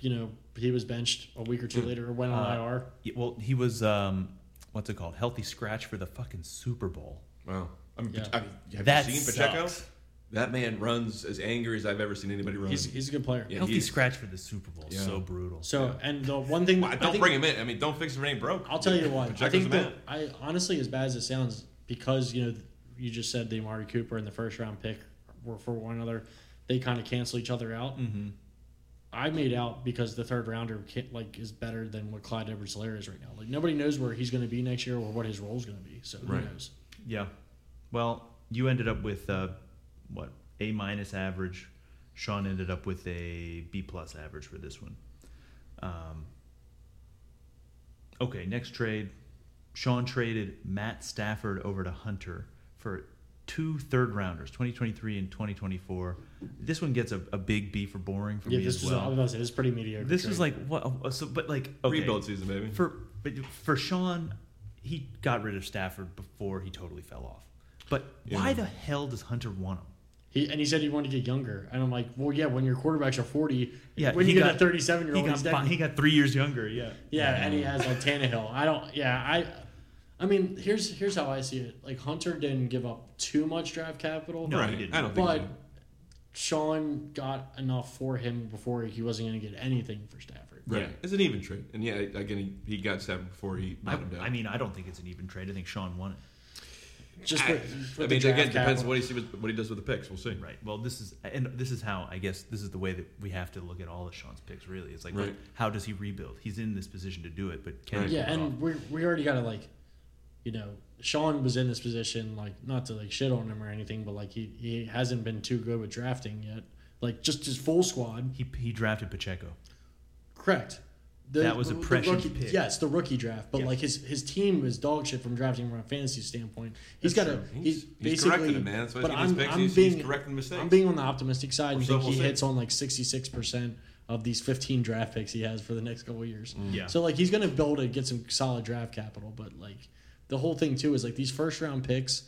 Speaker 4: you know he was benched a week or
Speaker 5: Hmm.
Speaker 4: two later. Went
Speaker 5: Uh,
Speaker 4: on IR.
Speaker 3: he- well, he was um, what's it called? Healthy scratch for the fucking Super Bowl.
Speaker 5: Wow. I mean,
Speaker 4: Yeah.
Speaker 5: Pache- I mean, have
Speaker 3: That
Speaker 5: you seen Pacheco?
Speaker 3: sucks.
Speaker 5: That man runs as angry as I've ever seen anybody run.
Speaker 4: He's he's a good player.
Speaker 5: hmm. Yeah,
Speaker 3: Healthy
Speaker 5: he-
Speaker 3: scratch for the Super Bowl.
Speaker 5: Yeah.
Speaker 3: So brutal.
Speaker 4: So and the one thing
Speaker 5: Well,
Speaker 4: I
Speaker 5: don't
Speaker 4: think-
Speaker 5: bring him in. I mean, don't fix him ain't broke.
Speaker 4: I'll tell you what. I
Speaker 5: Pacheco's
Speaker 4: think
Speaker 5: the man.
Speaker 4: that I honestly, as bad as it sounds, because you know you just said the Amari Cooper and the first round pick were for one another, they kind of cancel each other out. Mm-hmm. I made out because the third rounder ca- like is better than what Clyde Edwards-Helaire is right now. Like nobody knows where he's going to be next year or what his role is going to be. So who
Speaker 5: Right.
Speaker 4: knows?
Speaker 3: Yeah. Well, you ended up with uh, what a minus average. Sean ended up with a B plus average for this one. Um, okay, next trade. Sean traded Matt Stafford over to Hunter for two third rounders, 2023 and 2024. This one gets a, a big B for boring for
Speaker 4: Yeah,
Speaker 3: me
Speaker 4: this
Speaker 3: as
Speaker 4: was,
Speaker 3: well.
Speaker 4: I was about to say, this is pretty mediocre.
Speaker 3: This
Speaker 4: trade.
Speaker 3: was like what? uh, So, but like okay.
Speaker 5: Rebuild season, baby.
Speaker 3: For but for Sean, he got rid of Stafford before he totally fell off. But why the hell does Hunter want him?
Speaker 4: he and he said he wanted to get younger, and I'm like, well, yeah, when your quarterbacks are 40,
Speaker 3: Yeah,
Speaker 4: when
Speaker 3: he
Speaker 4: you get
Speaker 3: got-
Speaker 4: that 37 year
Speaker 3: He
Speaker 4: old,
Speaker 3: got fi- he got three years younger. Yeah.
Speaker 4: Yeah, and
Speaker 5: Um,
Speaker 4: he has like Tannehill. I don't. Yeah, I. I mean, here's here's how I see it. Like Hunter didn't give up too much draft capital,
Speaker 3: No,
Speaker 5: right.
Speaker 3: he didn't.
Speaker 5: I don't think.
Speaker 4: but
Speaker 5: so.
Speaker 4: Sean got enough for him before he wasn't going to get anything for Stafford.
Speaker 5: Right.
Speaker 3: Yeah.
Speaker 5: It's an even trade. And yeah, again, he, he got stabbed before he
Speaker 3: I,
Speaker 5: bottomed out.
Speaker 3: I mean, I don't think it's an even trade. I think Sean won it.
Speaker 4: Just
Speaker 5: I,
Speaker 4: with, with
Speaker 5: I
Speaker 4: the
Speaker 5: mean,
Speaker 4: draft
Speaker 5: again, depends
Speaker 4: capital.
Speaker 5: what he see with, what he does with the picks. We'll see.
Speaker 3: Right. Well, this is and this is how I guess this is the way that we have to look at all of Sean's picks. Really, it's like
Speaker 5: Right.
Speaker 3: look, how does he rebuild? He's in this position to do it, but can
Speaker 5: Right.
Speaker 3: he
Speaker 4: Yeah,
Speaker 3: pull it
Speaker 4: and we we already got to like, you know, Sean was in this position like not to like shit on him or anything, but like he he hasn't been too good with drafting yet. Like just his full squad,
Speaker 3: off? he he drafted Pacheco.
Speaker 4: Correct. The,
Speaker 3: That was a prescient
Speaker 4: rookie,
Speaker 3: pick.
Speaker 4: Yes, the rookie draft, but
Speaker 3: Yeah.
Speaker 4: like his his team is dog shit from drafting from a fantasy standpoint. He's got a
Speaker 5: He's-
Speaker 4: he's,
Speaker 5: he's
Speaker 4: basically
Speaker 5: correcting it, man. That's why he's
Speaker 4: but
Speaker 5: getting his
Speaker 4: I'm,
Speaker 5: picks.
Speaker 4: I'm
Speaker 5: He's- he's
Speaker 4: being
Speaker 5: correcting mistakes.
Speaker 4: I'm being on the optimistic side and
Speaker 5: so
Speaker 4: think
Speaker 5: we'll
Speaker 4: he
Speaker 5: see.
Speaker 4: hits on like 66 percent of these 15 draft picks he has for the next couple of years.
Speaker 5: Mm.
Speaker 3: Yeah.
Speaker 4: So like he's gonna build and get some solid draft capital, but like the whole thing too is like these first round picks.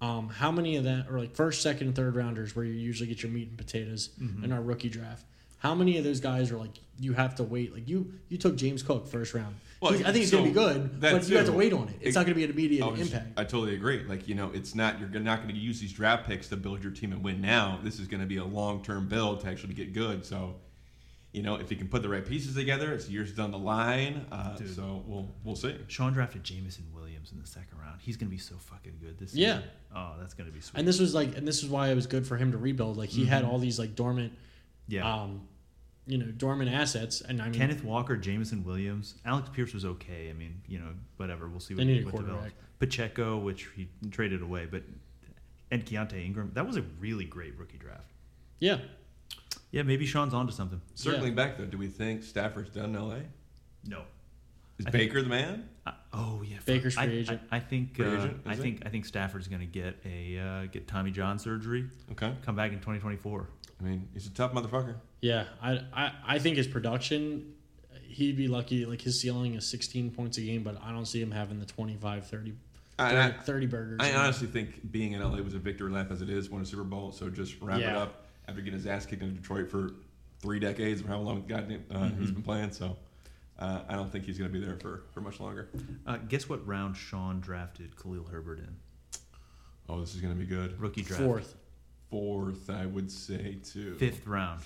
Speaker 4: Um, how many of that, or like first, second, and third rounders, where you usually get your meat and potatoes
Speaker 5: Mm-hmm.
Speaker 4: in our rookie draft? How many of those guys are like you have to wait? Like you, you took James Cook first round.
Speaker 5: Well,
Speaker 4: He's- I think he's gonna be
Speaker 5: so
Speaker 4: good,
Speaker 5: that
Speaker 4: but you have to
Speaker 5: too.
Speaker 4: wait on it. It's
Speaker 5: It-
Speaker 4: not gonna be an immediate
Speaker 5: I, was-
Speaker 4: impact.
Speaker 5: I totally agree. Like you know, it's not you're not going to use these draft picks to build your team and win now. This is going to be a long term build to actually get good. So, you know, if he can put the right pieces together, it's years down the line. Uh, so we'll we'll see.
Speaker 3: Sean drafted Jamison Williams in the second round. He's gonna be so fucking good this
Speaker 4: Yeah.
Speaker 3: season. Oh, that's gonna be sweet.
Speaker 4: and this was like, and this is why it was good for him to rebuild. Like he
Speaker 5: Mm-hmm.
Speaker 4: had all these like dormant,
Speaker 3: yeah.
Speaker 4: um, you know, dormant assets, and I mean,
Speaker 3: Kenneth Walker, Jameson Williams, Alex Pierce was okay. I mean, you know, whatever. We'll see what,
Speaker 4: need a
Speaker 3: what develops.
Speaker 4: quarterback.
Speaker 3: Pacheco, which he traded away, but and Keontae Ingram. That was a really great rookie draft.
Speaker 4: yeah,
Speaker 3: Yeah, maybe Sean's onto something.
Speaker 5: Circling back though, do we think Stafford's done in L.A.?
Speaker 3: No.
Speaker 5: Is
Speaker 3: I think-
Speaker 5: Baker the man?
Speaker 3: I- oh yeah. fuck.
Speaker 4: Baker's
Speaker 3: I-
Speaker 4: free
Speaker 3: I-
Speaker 4: agent.
Speaker 3: I, think.
Speaker 5: Free
Speaker 3: uh,
Speaker 5: agent,
Speaker 3: I
Speaker 5: is it?
Speaker 3: think. I think Stafford's going to get a uh, get Tommy John surgery.
Speaker 5: Okay.
Speaker 3: Come back in 2024.
Speaker 5: I mean, he's a tough motherfucker.
Speaker 4: yeah. I, I, I think his production, he'd be lucky. Like his ceiling is 16 points a game, but I don't see him having the 25, 30,
Speaker 5: I-
Speaker 4: 30,
Speaker 5: I-
Speaker 4: 30 burgers.
Speaker 5: I honestly think being in LA was a victory lap as it is, won a Super Bowl, so just wrap it
Speaker 4: Yeah.
Speaker 5: up after getting his ass kicked in Detroit for three decades or how long goddamn, uh, he's been playing. So uh, I don't think he's going to be there for, for much longer.
Speaker 3: Uh, guess what round Sean drafted Khalil Herbert in?
Speaker 5: Oh, this is going to be good.
Speaker 3: Rookie draft.
Speaker 4: fourth.
Speaker 5: Fourth, I would say, too.
Speaker 3: Fifth round.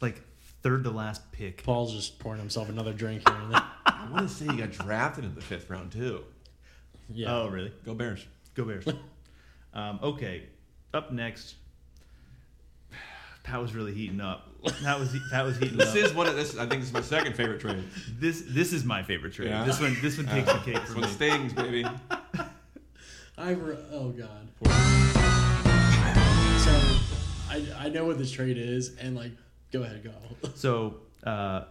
Speaker 3: Like third to last pick.
Speaker 4: Paul's just pouring himself another drink here. And there.
Speaker 5: I want to say he got drafted in the fifth round, too.
Speaker 4: Yeah.
Speaker 3: Oh really?
Speaker 5: Go Bears.
Speaker 3: Go Bears. um, okay, up next. That was really heating up. That was that was heating
Speaker 5: This
Speaker 3: up.
Speaker 5: is one of this. I think this is my second favorite trade.
Speaker 3: this this is my favorite trade.
Speaker 5: Yeah.
Speaker 3: This one this one takes the cake
Speaker 5: This
Speaker 3: for
Speaker 5: one
Speaker 3: me.
Speaker 5: stings, baby.
Speaker 4: I re- oh god. So I, I know what this trade is, and like, go ahead, go.
Speaker 3: So uh,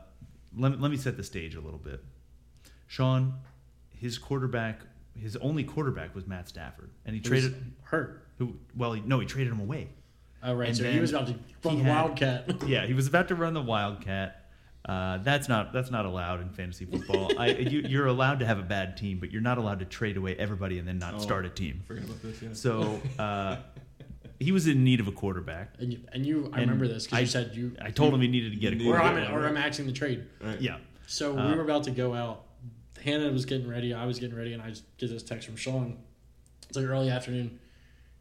Speaker 3: let let me set the stage a little bit. Sean, his quarterback, his only quarterback was Matt Stafford, and he traded
Speaker 4: hurt.
Speaker 3: who? Well, he, no, he traded him away.
Speaker 4: All right,
Speaker 3: And
Speaker 4: so
Speaker 3: then
Speaker 4: he was about to
Speaker 3: he
Speaker 4: run the
Speaker 3: had-
Speaker 4: wildcat.
Speaker 3: Yeah, he was about to run the Wildcat. Uh, that's not that's not allowed in fantasy football. I, you, you're allowed to have a bad team, but you're not allowed to trade away everybody and then
Speaker 4: Oh.
Speaker 3: not start a team.
Speaker 5: Forget about this. Yeah.
Speaker 3: So uh, he was in need of a quarterback.
Speaker 4: And you, and you I remember this because
Speaker 3: I
Speaker 4: you said you.
Speaker 3: I told him he needed to get a
Speaker 5: Needed
Speaker 4: or
Speaker 3: quarterback.
Speaker 4: I'm or I'm axing the trade.
Speaker 3: Yeah.
Speaker 4: So we were about to go out. Hannah was getting ready. I was getting ready, and I just get this text from Sean. It's like early afternoon.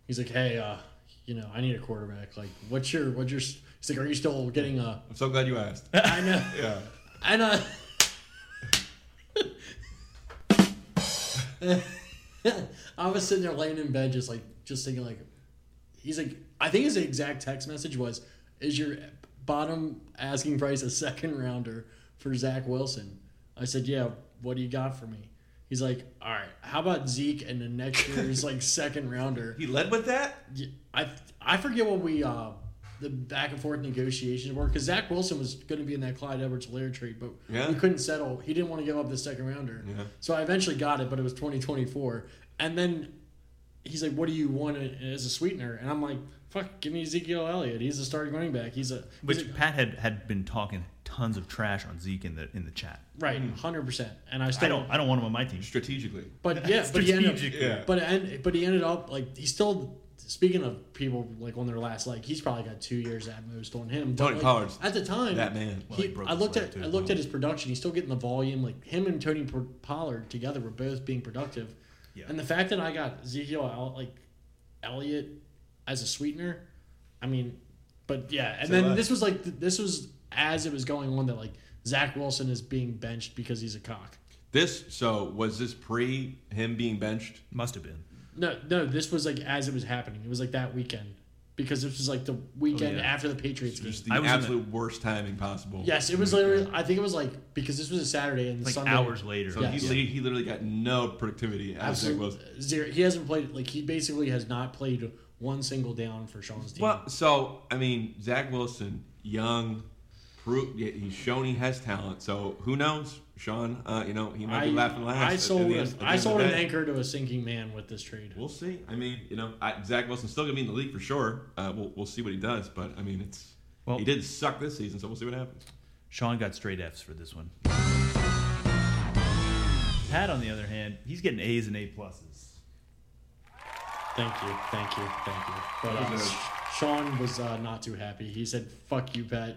Speaker 4: He's like, "Hey, uh, you know, I need a quarterback. Like, what's your what's your?" s-" He's like, "Are you still getting a?"
Speaker 5: I'm so glad you asked.
Speaker 4: I know,
Speaker 5: Yeah.
Speaker 4: I know. I was sitting there laying in bed, just like just thinking, like, he's like, I think his exact text message was, "Is your bottom asking price a second rounder for Zach Wilson?" I said, "Yeah. What do you got for me?" He's like, "All right. How about Zeke and the next year's like second rounder?"
Speaker 5: He led with that.
Speaker 4: Yeah, I I forget what we uh the back and forth negotiations were because Zach Wilson was going to be in that Clyde edwards helaire trade, but
Speaker 5: Yeah.
Speaker 4: we couldn't settle. He didn't want to give up the second rounder, so I eventually got it, but it was twenty twenty four. And then he's like, "What do you want as a sweetener?" And I'm like, "Fuck, give me Ezekiel Elliott. He's a starting running back. He's a he's a-
Speaker 3: Which Pat had, had been talking tons of trash on Zeke in the in the chat.
Speaker 4: right, hundred percent." And I still
Speaker 3: I don't I don't want him on my team.
Speaker 5: Strategically.
Speaker 4: But yeah, but he ended up,
Speaker 3: Strategically.
Speaker 5: Yeah.
Speaker 4: but and, but he ended up like he still. Speaking of people like on their last leg, he's probably got two years at most on him. But,
Speaker 5: Tony
Speaker 4: like,
Speaker 5: Pollard's
Speaker 4: at the time.
Speaker 5: that man. Well,
Speaker 4: he-
Speaker 3: he broke
Speaker 4: I
Speaker 3: his
Speaker 4: looked
Speaker 3: leg,
Speaker 4: at
Speaker 3: too.
Speaker 4: I looked at his production. He's still getting the volume. Like him and Tony P- Pollard together were both being productive.
Speaker 3: Yeah.
Speaker 4: And the fact that I got Ezekiel El- like Elliott as a sweetener, I mean, but yeah. And
Speaker 5: So
Speaker 4: then
Speaker 5: what?
Speaker 4: this was like th- this was as it was going on that like Zach Wilson is being benched because he's a cock.
Speaker 5: This. So was this pre him being benched?
Speaker 3: Must have been.
Speaker 4: No, no, this was like as it was happening. It was like that weekend because this was like the
Speaker 5: Oh,
Speaker 4: weekend
Speaker 3: yeah.
Speaker 4: after the Patriots game.
Speaker 5: Just the
Speaker 3: I was in
Speaker 5: absolute worst timing possible.
Speaker 4: yes, it was literally. I think it was like because this was a Saturday and
Speaker 3: Like
Speaker 4: Sunday.
Speaker 3: hours later.
Speaker 5: So
Speaker 4: Yeah.
Speaker 5: he, li- he literally got no productivity out of Zach
Speaker 4: Absolute
Speaker 5: Wilson.
Speaker 4: zero. He hasn't played. Like he basically has not played one single down for Sean's team.
Speaker 5: Well, so I mean, Zach Wilson, young, pro- yeah, he's shown he has talent. So who knows, Sean? Uh, you know, he might
Speaker 4: I,
Speaker 5: be laughing last.
Speaker 4: I
Speaker 5: at the
Speaker 4: sold.
Speaker 5: end-
Speaker 4: a-
Speaker 5: at the
Speaker 4: I
Speaker 5: end of
Speaker 4: sold
Speaker 5: the
Speaker 4: an
Speaker 5: day.
Speaker 4: anchor to a sinking man with this trade.
Speaker 5: We'll see. I mean, you know, I, Zach Wilson's still gonna be in the league for sure. Uh, we'll we'll see what he does. But I mean, it's
Speaker 3: Well-
Speaker 5: he did suck this season, so we'll see what happens.
Speaker 3: Sean got straight F's for this one. Pat, on the other hand, he's getting A's and A pluses.
Speaker 4: Thank you, thank you, thank you. But uh,
Speaker 5: Okay.
Speaker 4: Sean was uh, not too happy. He said, "Fuck you, Pat.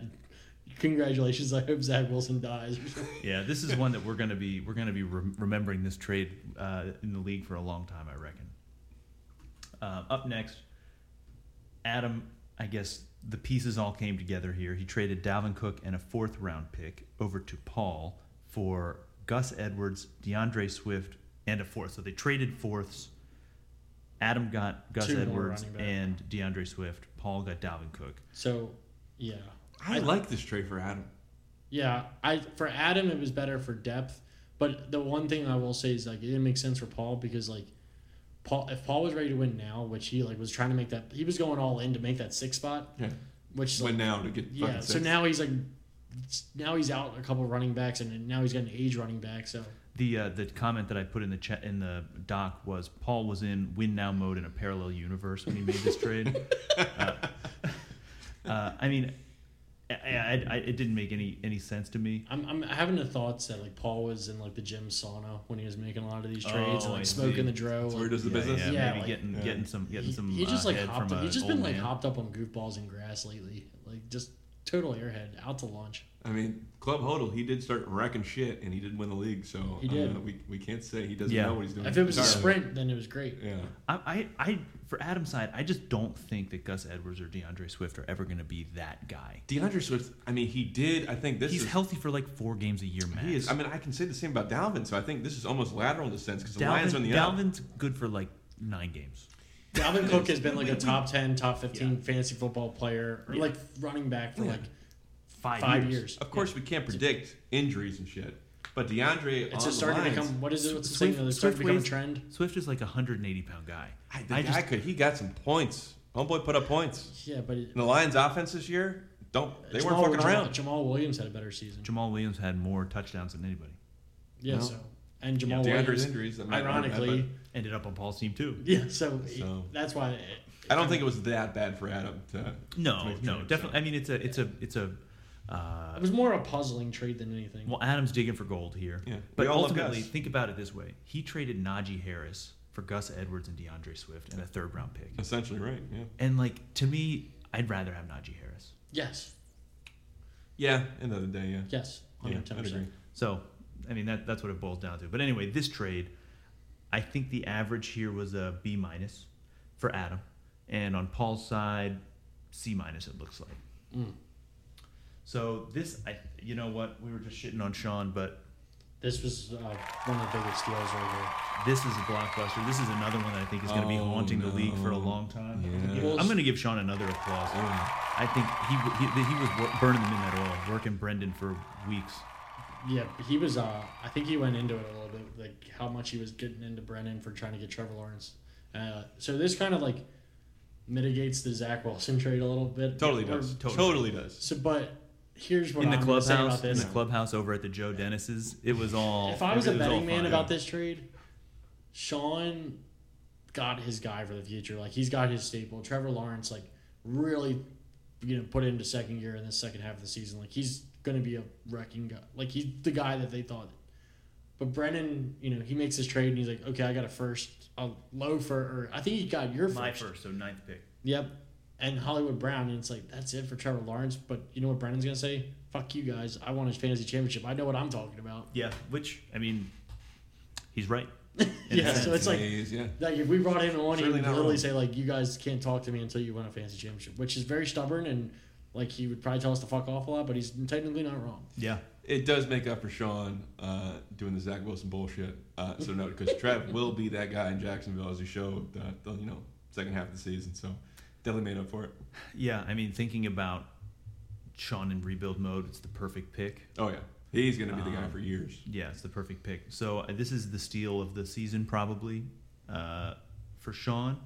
Speaker 4: Congratulations. I hope Zach Wilson dies."
Speaker 3: Yeah, this is one that we're gonna be we're gonna be rem remembering this trade uh, in the league for a long time, I reckon. Uh, up next, Adam. I guess the pieces all came together here. He traded Dalvin Cook and a fourth round pick over to Paul for Gus Edwards, DeAndre Swift, and a fourth. So they traded fourths. Adam got Gus
Speaker 4: Two more
Speaker 3: Edwards
Speaker 4: running back.
Speaker 3: and DeAndre Swift. Paul got Dalvin Cook.
Speaker 4: so, yeah,
Speaker 5: I like this trade for Adam.
Speaker 4: yeah. I for Adam it was better for depth, but the one thing I will say is like it didn't make sense for Paul because like Paul if Paul was ready to win now, which he like was trying to make that he was going all in to make that six spot,
Speaker 5: Yeah.
Speaker 4: which is,
Speaker 5: Went
Speaker 4: like,
Speaker 5: now to get
Speaker 4: yeah.
Speaker 5: fucking
Speaker 4: So
Speaker 5: six.
Speaker 4: now he's like now he's out a couple running backs and now he's got an age running back. So
Speaker 3: The uh, the comment that I put in the chat in the doc was Paul was in win now mode in a parallel universe when he made this trade. uh, uh, I mean, I, I, I, it didn't make any any sense to me.
Speaker 4: I'm, I'm having the thoughts that like Paul was in like the gym sauna when he was making a lot of these trades
Speaker 3: Oh,
Speaker 4: and
Speaker 3: I
Speaker 4: like
Speaker 3: see.
Speaker 4: smoking the dro.
Speaker 5: Where
Speaker 4: Like,
Speaker 5: does the
Speaker 3: Yeah,
Speaker 5: business?
Speaker 3: yeah,
Speaker 4: Yeah,
Speaker 3: maybe
Speaker 4: like-
Speaker 3: getting
Speaker 5: Yeah.
Speaker 3: getting some getting
Speaker 4: he,
Speaker 3: some.
Speaker 4: he just
Speaker 3: uh,
Speaker 4: like
Speaker 3: head
Speaker 4: hopped.
Speaker 3: from
Speaker 4: Up,
Speaker 3: a
Speaker 4: he's just
Speaker 3: old
Speaker 4: been like
Speaker 3: man.
Speaker 4: hopped up on goofballs and grass lately. Like just total airhead out to lunch.
Speaker 5: I mean, Club Hodel, he did start wrecking shit, and he did win the league. So
Speaker 4: He
Speaker 5: uh,
Speaker 4: did.
Speaker 5: we, we can't say he doesn't
Speaker 3: Yeah.
Speaker 5: know what he's doing.
Speaker 4: If it was a
Speaker 5: entirely.
Speaker 4: sprint, then it was great.
Speaker 5: Mm-hmm. yeah.
Speaker 3: I, I I for Adam's side, I just don't think that Gus Edwards or DeAndre Swift are ever going to be that guy.
Speaker 5: DeAndre Swift, I mean, he did. I think this
Speaker 3: He's
Speaker 5: is.
Speaker 3: healthy for like four games a year max.
Speaker 5: he is. I mean, I can say the same about Dalvin. So I think this is almost lateral in the sense because the Lions are in
Speaker 3: Dalvin,
Speaker 5: the up.
Speaker 3: Dalvin's good for like nine games.
Speaker 4: Dalvin Cook has been like a top ten, top fifteen fantasy football player or like running back for like
Speaker 3: Five,
Speaker 4: five years.
Speaker 5: Of course, we can't predict injuries and shit, but
Speaker 4: It's
Speaker 5: DeAndre on
Speaker 4: just
Speaker 5: the
Speaker 4: starting to
Speaker 5: Lions,
Speaker 4: become what is it? What's the saying? It's starting to become a
Speaker 3: weighs-
Speaker 4: trend.
Speaker 3: Swift is like a 180 pound guy.
Speaker 5: I, the guy could. He got some points. Homeboy put up points.
Speaker 4: Yeah, but it,
Speaker 5: And the Lions' offense this year, don't they
Speaker 4: Jamal-
Speaker 5: weren't fucking
Speaker 4: Jamal-
Speaker 5: around.
Speaker 4: Jamal Williams had a better season.
Speaker 3: Jamal Williams had more touchdowns than anybody.
Speaker 4: yeah, so and Jamal
Speaker 5: DeAndre's
Speaker 4: Williams
Speaker 5: injuries, I'm not-
Speaker 4: ironically.
Speaker 5: but-
Speaker 3: Ended up on Paul's team too.
Speaker 4: Yeah, so,
Speaker 5: So-
Speaker 4: that's why. It,
Speaker 5: I don't think it was that bad for Adam to. to
Speaker 3: No,
Speaker 5: make
Speaker 3: no,
Speaker 5: trades,
Speaker 3: definitely.
Speaker 5: so.
Speaker 3: I mean, it's a, it's a, it's a Uh,
Speaker 4: It was more a puzzling trade than anything.
Speaker 3: well, Adams digging for gold here.
Speaker 5: Yeah.
Speaker 3: But
Speaker 5: We all love
Speaker 3: ultimately,
Speaker 5: Gus.
Speaker 3: think about it this way: he traded Najee Harris for Gus Edwards and DeAndre Swift and a third round pick.
Speaker 5: Essentially, right? Yeah.
Speaker 3: And like to me, I'd rather have Najee Harris.
Speaker 4: yes,
Speaker 5: Yeah. End of the day, yeah.
Speaker 4: yes,
Speaker 5: Yeah,
Speaker 4: hundred ten
Speaker 5: I'd agree.
Speaker 4: percent.
Speaker 3: So, I mean, that, that's what it boils down to. But anyway, this trade, I think the average here was a B minus for Adam, and on Paul's side, C minus it looks like.
Speaker 5: Mm.
Speaker 3: So this, I you know what, we were just shitting on Sean, but
Speaker 4: This was uh, one of the biggest deals right
Speaker 3: this is a blockbuster. This is another one that I think is going to be
Speaker 5: Oh,
Speaker 3: haunting the league for a
Speaker 5: no.
Speaker 3: long time.
Speaker 5: Yeah.
Speaker 4: Well,
Speaker 3: I'm going to give Sean another applause. I think he w- he, he was wor- burning the midnight oil, working Brendan for weeks.
Speaker 4: here. Yeah, he was. Uh, I think he went into it a little bit, like how much he was getting into Brennan for trying to get Trevor Lawrence. Uh, so this kind of like mitigates the Zach Wilson trade a little bit.
Speaker 5: Totally
Speaker 4: Or-
Speaker 5: does. Totally,
Speaker 3: totally.
Speaker 5: does.
Speaker 4: So, but here's what
Speaker 3: in the
Speaker 4: I'm gonna say
Speaker 3: clubhouse,
Speaker 4: about
Speaker 3: in
Speaker 4: this.
Speaker 3: the clubhouse over at the Joe Dennis's, it was all.
Speaker 4: If I was
Speaker 3: it
Speaker 4: a
Speaker 3: all
Speaker 4: betting man
Speaker 3: fine.
Speaker 4: about this trade, Sean got his guy for the future. Like he's got his staple. Trevor Lawrence, like really, you know, put into second gear in the second half of the season. Like he's gonna be a wrecking guy. Like he's the guy that they thought. But Brennan, you know, he makes his trade and he's like, okay, I got a first, a low for, or I think he got your
Speaker 3: my first, so ninth pick.
Speaker 4: Yep. And Hollywood Brown, and it's like that's it for Trevor Lawrence. But you know what Brennan's gonna say? Fuck you guys. I won his fantasy championship. I know what I'm talking about.
Speaker 3: Yeah, which I mean, he's right.
Speaker 4: yeah. So it's like
Speaker 5: Days, yeah.
Speaker 4: Like if we brought him on, he would
Speaker 5: Certainly not
Speaker 4: literally
Speaker 5: wrong.
Speaker 4: say like, "You guys can't talk to me until you win a fantasy championship," which is very stubborn and like he would probably tell us to fuck off a lot, but he's technically not wrong.
Speaker 3: Yeah,
Speaker 5: It does make up for Sean uh, doing the Zach Wilson bullshit. Uh, so no, because Trev will be that guy in Jacksonville as he showed uh, the you know second half of the season. So definitely made up for it.
Speaker 3: yeah. I mean, thinking about Sean in rebuild mode, it's the perfect pick.
Speaker 5: Oh yeah, he's gonna be the
Speaker 3: Uh-huh.
Speaker 5: guy for years.
Speaker 3: Yeah, it's the perfect pick. So uh, this is the steal of the season, probably, uh, for Sean.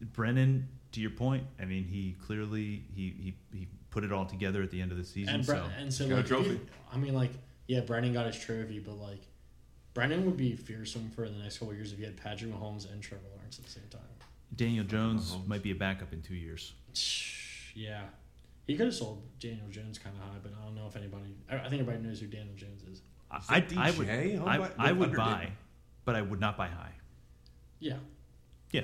Speaker 3: Brennan, to your point, I mean, he clearly he he, he put it all together at the end of the season.
Speaker 4: And Bre-
Speaker 3: so
Speaker 4: and so
Speaker 5: Got a
Speaker 4: like, if
Speaker 5: trophy.
Speaker 4: you- I mean, like yeah, Brennan got his trophy, but like Brennan would be fearsome for the next couple of years if he had Patrick Mahomes and Trevor Lawrence at the same time.
Speaker 3: Daniel Jones might be a backup in two years.
Speaker 4: Yeah, he could have sold Daniel Jones kind of high, but I don't know if anybody. I, I think everybody knows who Daniel Jones is.
Speaker 3: I,
Speaker 5: that
Speaker 3: I- I would,
Speaker 5: DJ? I'll
Speaker 3: I,
Speaker 5: buy-
Speaker 3: I would
Speaker 5: under-
Speaker 3: buy, but I would not buy high.
Speaker 4: Yeah.
Speaker 3: Yeah.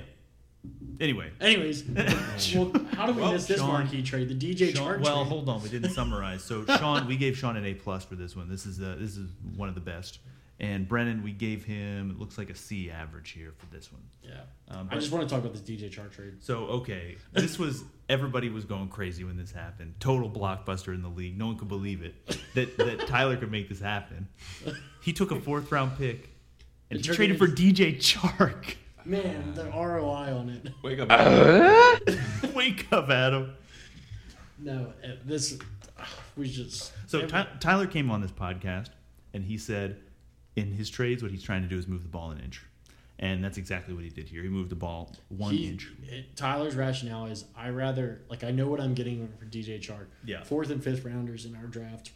Speaker 3: Anyway,
Speaker 4: Anyways, well, how do we
Speaker 3: Well,
Speaker 4: miss this
Speaker 3: Sean-
Speaker 4: marquee trade? The DJ
Speaker 3: Sean,
Speaker 4: Chark
Speaker 3: well,
Speaker 4: trade.
Speaker 3: hold on, we didn't summarize. So Sean, we gave Sean an A plus for this one. This is the this is one of the best. And Brennan, we gave him it looks like a C average here for this one.
Speaker 4: Yeah.
Speaker 3: Um,
Speaker 4: I just want to talk about this DJ Char trade.
Speaker 3: So okay, this was everybody was going crazy when this happened. Total blockbuster in the league. No one could believe it that that Tyler could make this happen. He took a fourth round pick and he
Speaker 4: It turned
Speaker 3: traded for DJ Chark.
Speaker 4: Man, the
Speaker 3: Uh,
Speaker 4: ROI on it.
Speaker 5: Wake up.
Speaker 3: Wake up, Adam.
Speaker 4: No, uh, this we just
Speaker 3: So
Speaker 4: every-
Speaker 3: Ty- Tyler came on this podcast and he said, in his trades, what he's trying to do is move the ball an inch, and that's exactly what he did here. He moved the ball one
Speaker 4: he-
Speaker 3: inch.
Speaker 4: it- Tyler's rationale is I rather like I know what I'm getting for DJ Chark.
Speaker 3: Yeah.
Speaker 4: Fourth and fifth rounders in our draft,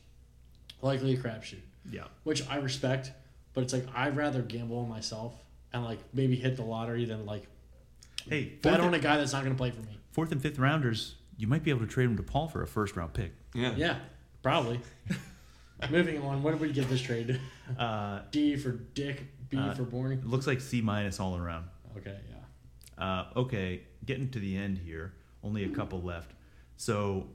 Speaker 4: likely a crapshoot,
Speaker 3: Yeah,
Speaker 4: which I respect, but it's like I'd rather gamble on myself and like maybe hit the lottery than like
Speaker 3: Hey,
Speaker 4: bet
Speaker 3: fourth,
Speaker 4: on a
Speaker 3: and,
Speaker 4: guy that's not going to play for me.
Speaker 3: fourth and fifth rounders, you might be able to trade him to Paul for a first round pick.
Speaker 5: Yeah.
Speaker 4: Yeah, probably. Moving on, what did we get this trade?
Speaker 3: Uh,
Speaker 4: D for Dick, B for
Speaker 3: it
Speaker 4: boring.
Speaker 3: looks like C minus all around.
Speaker 4: Okay, yeah.
Speaker 3: Uh, okay, getting to the end here. Only a couple left. So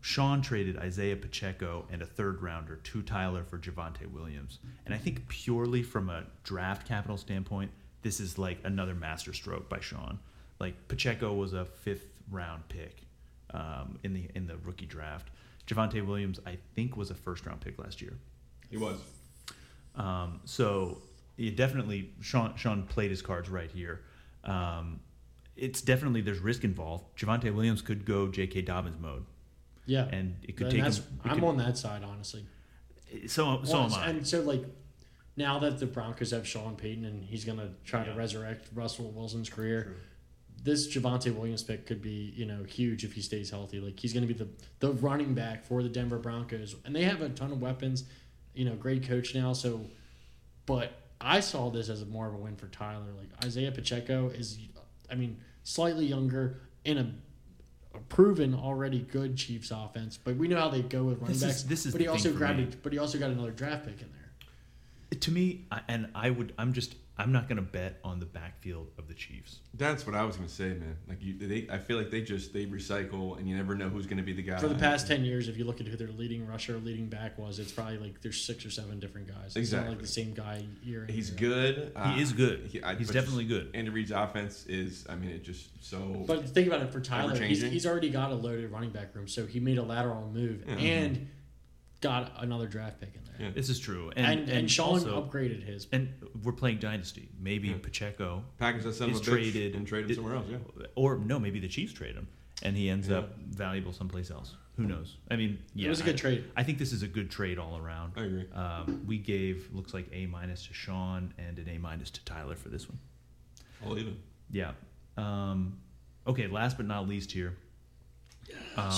Speaker 3: Sean traded Isaiah Pacheco and a third rounder to Tyler for Javante Williams. And I think purely from a draft capital standpoint, this is like another masterstroke by Sean. Like Pacheco was a fifth round pick um, in the in the rookie draft. Javante Williams, I think, was a first round pick last year.
Speaker 5: He was.
Speaker 3: Um, so yeah, definitely, Sean Sean played his cards right here. Um, it's definitely there's risk involved. Javante Williams could go J.K. Dobbins mode,
Speaker 4: Yeah,
Speaker 3: and it could
Speaker 4: And
Speaker 3: take.
Speaker 4: that's-
Speaker 3: him, it
Speaker 4: I'm
Speaker 3: could-
Speaker 4: on that side, honestly.
Speaker 3: So so am
Speaker 4: Well,
Speaker 3: I.
Speaker 4: And so, like, now that the Broncos have Sean Payton and he's going to try to resurrect Russell Wilson's career, this Javante Williams pick could be, you know, huge if he stays healthy. Like, he's going to be the, the running back for the Denver Broncos. And they have a ton of weapons, you know, great coach now. So, but I saw this as a more of a win for Tyler. Like, Isaiah Pacheco is, I mean, slightly younger in a a proven already good Chiefs offense, but we know how they go with running
Speaker 3: This is-
Speaker 4: backs.
Speaker 3: this is
Speaker 4: but he
Speaker 3: the thing
Speaker 4: also
Speaker 3: for
Speaker 4: grabbed
Speaker 3: me.
Speaker 4: it, but he also got another draft pick in there.
Speaker 3: To me, I- and I would, I'm just, I'm not going to bet on the backfield of the Chiefs.
Speaker 5: That's what I was gonna say, man. Like you, they, I feel like they just they recycle, and you never know who's gonna be the guy.
Speaker 3: Uh,
Speaker 4: For the past ten years, if you look at who their leading rusher, leading back was, it's probably like there's six or seven different guys. It's not
Speaker 5: Exactly.
Speaker 4: like the same guy year. in,
Speaker 5: he's
Speaker 4: year out.
Speaker 5: good. Uh,
Speaker 3: is good.
Speaker 5: I-
Speaker 3: He's
Speaker 5: but
Speaker 3: definitely
Speaker 5: just-
Speaker 3: good.
Speaker 5: Andy Reid's offense is, I mean, it just so.
Speaker 4: But think about it for Tyler. He's,
Speaker 5: Ever-changing.
Speaker 4: he's already got a loaded running back room, so he made a lateral move and got another draft pick in there.
Speaker 5: Yeah.
Speaker 3: This is true.
Speaker 4: And,
Speaker 3: And,
Speaker 4: and, Sean
Speaker 3: also-
Speaker 4: upgraded his.
Speaker 3: and we're playing Dynasty. Maybe Pacheco
Speaker 5: Packers that son of
Speaker 3: is
Speaker 5: a bitch
Speaker 3: traded
Speaker 5: and trade him
Speaker 3: it-
Speaker 5: somewhere else. Yeah.
Speaker 3: Or no, maybe the Chiefs trade him, and he ends up valuable someplace else. Who knows? I mean, yeah,
Speaker 4: was a good
Speaker 3: I-
Speaker 4: trade.
Speaker 3: I think this is a good trade all around.
Speaker 5: I agree.
Speaker 3: Um, we gave looks like a minus to Sean and an a minus to Tyler for this one.
Speaker 5: I'll even.
Speaker 3: Yeah. Um, okay. Last but not least here. Um,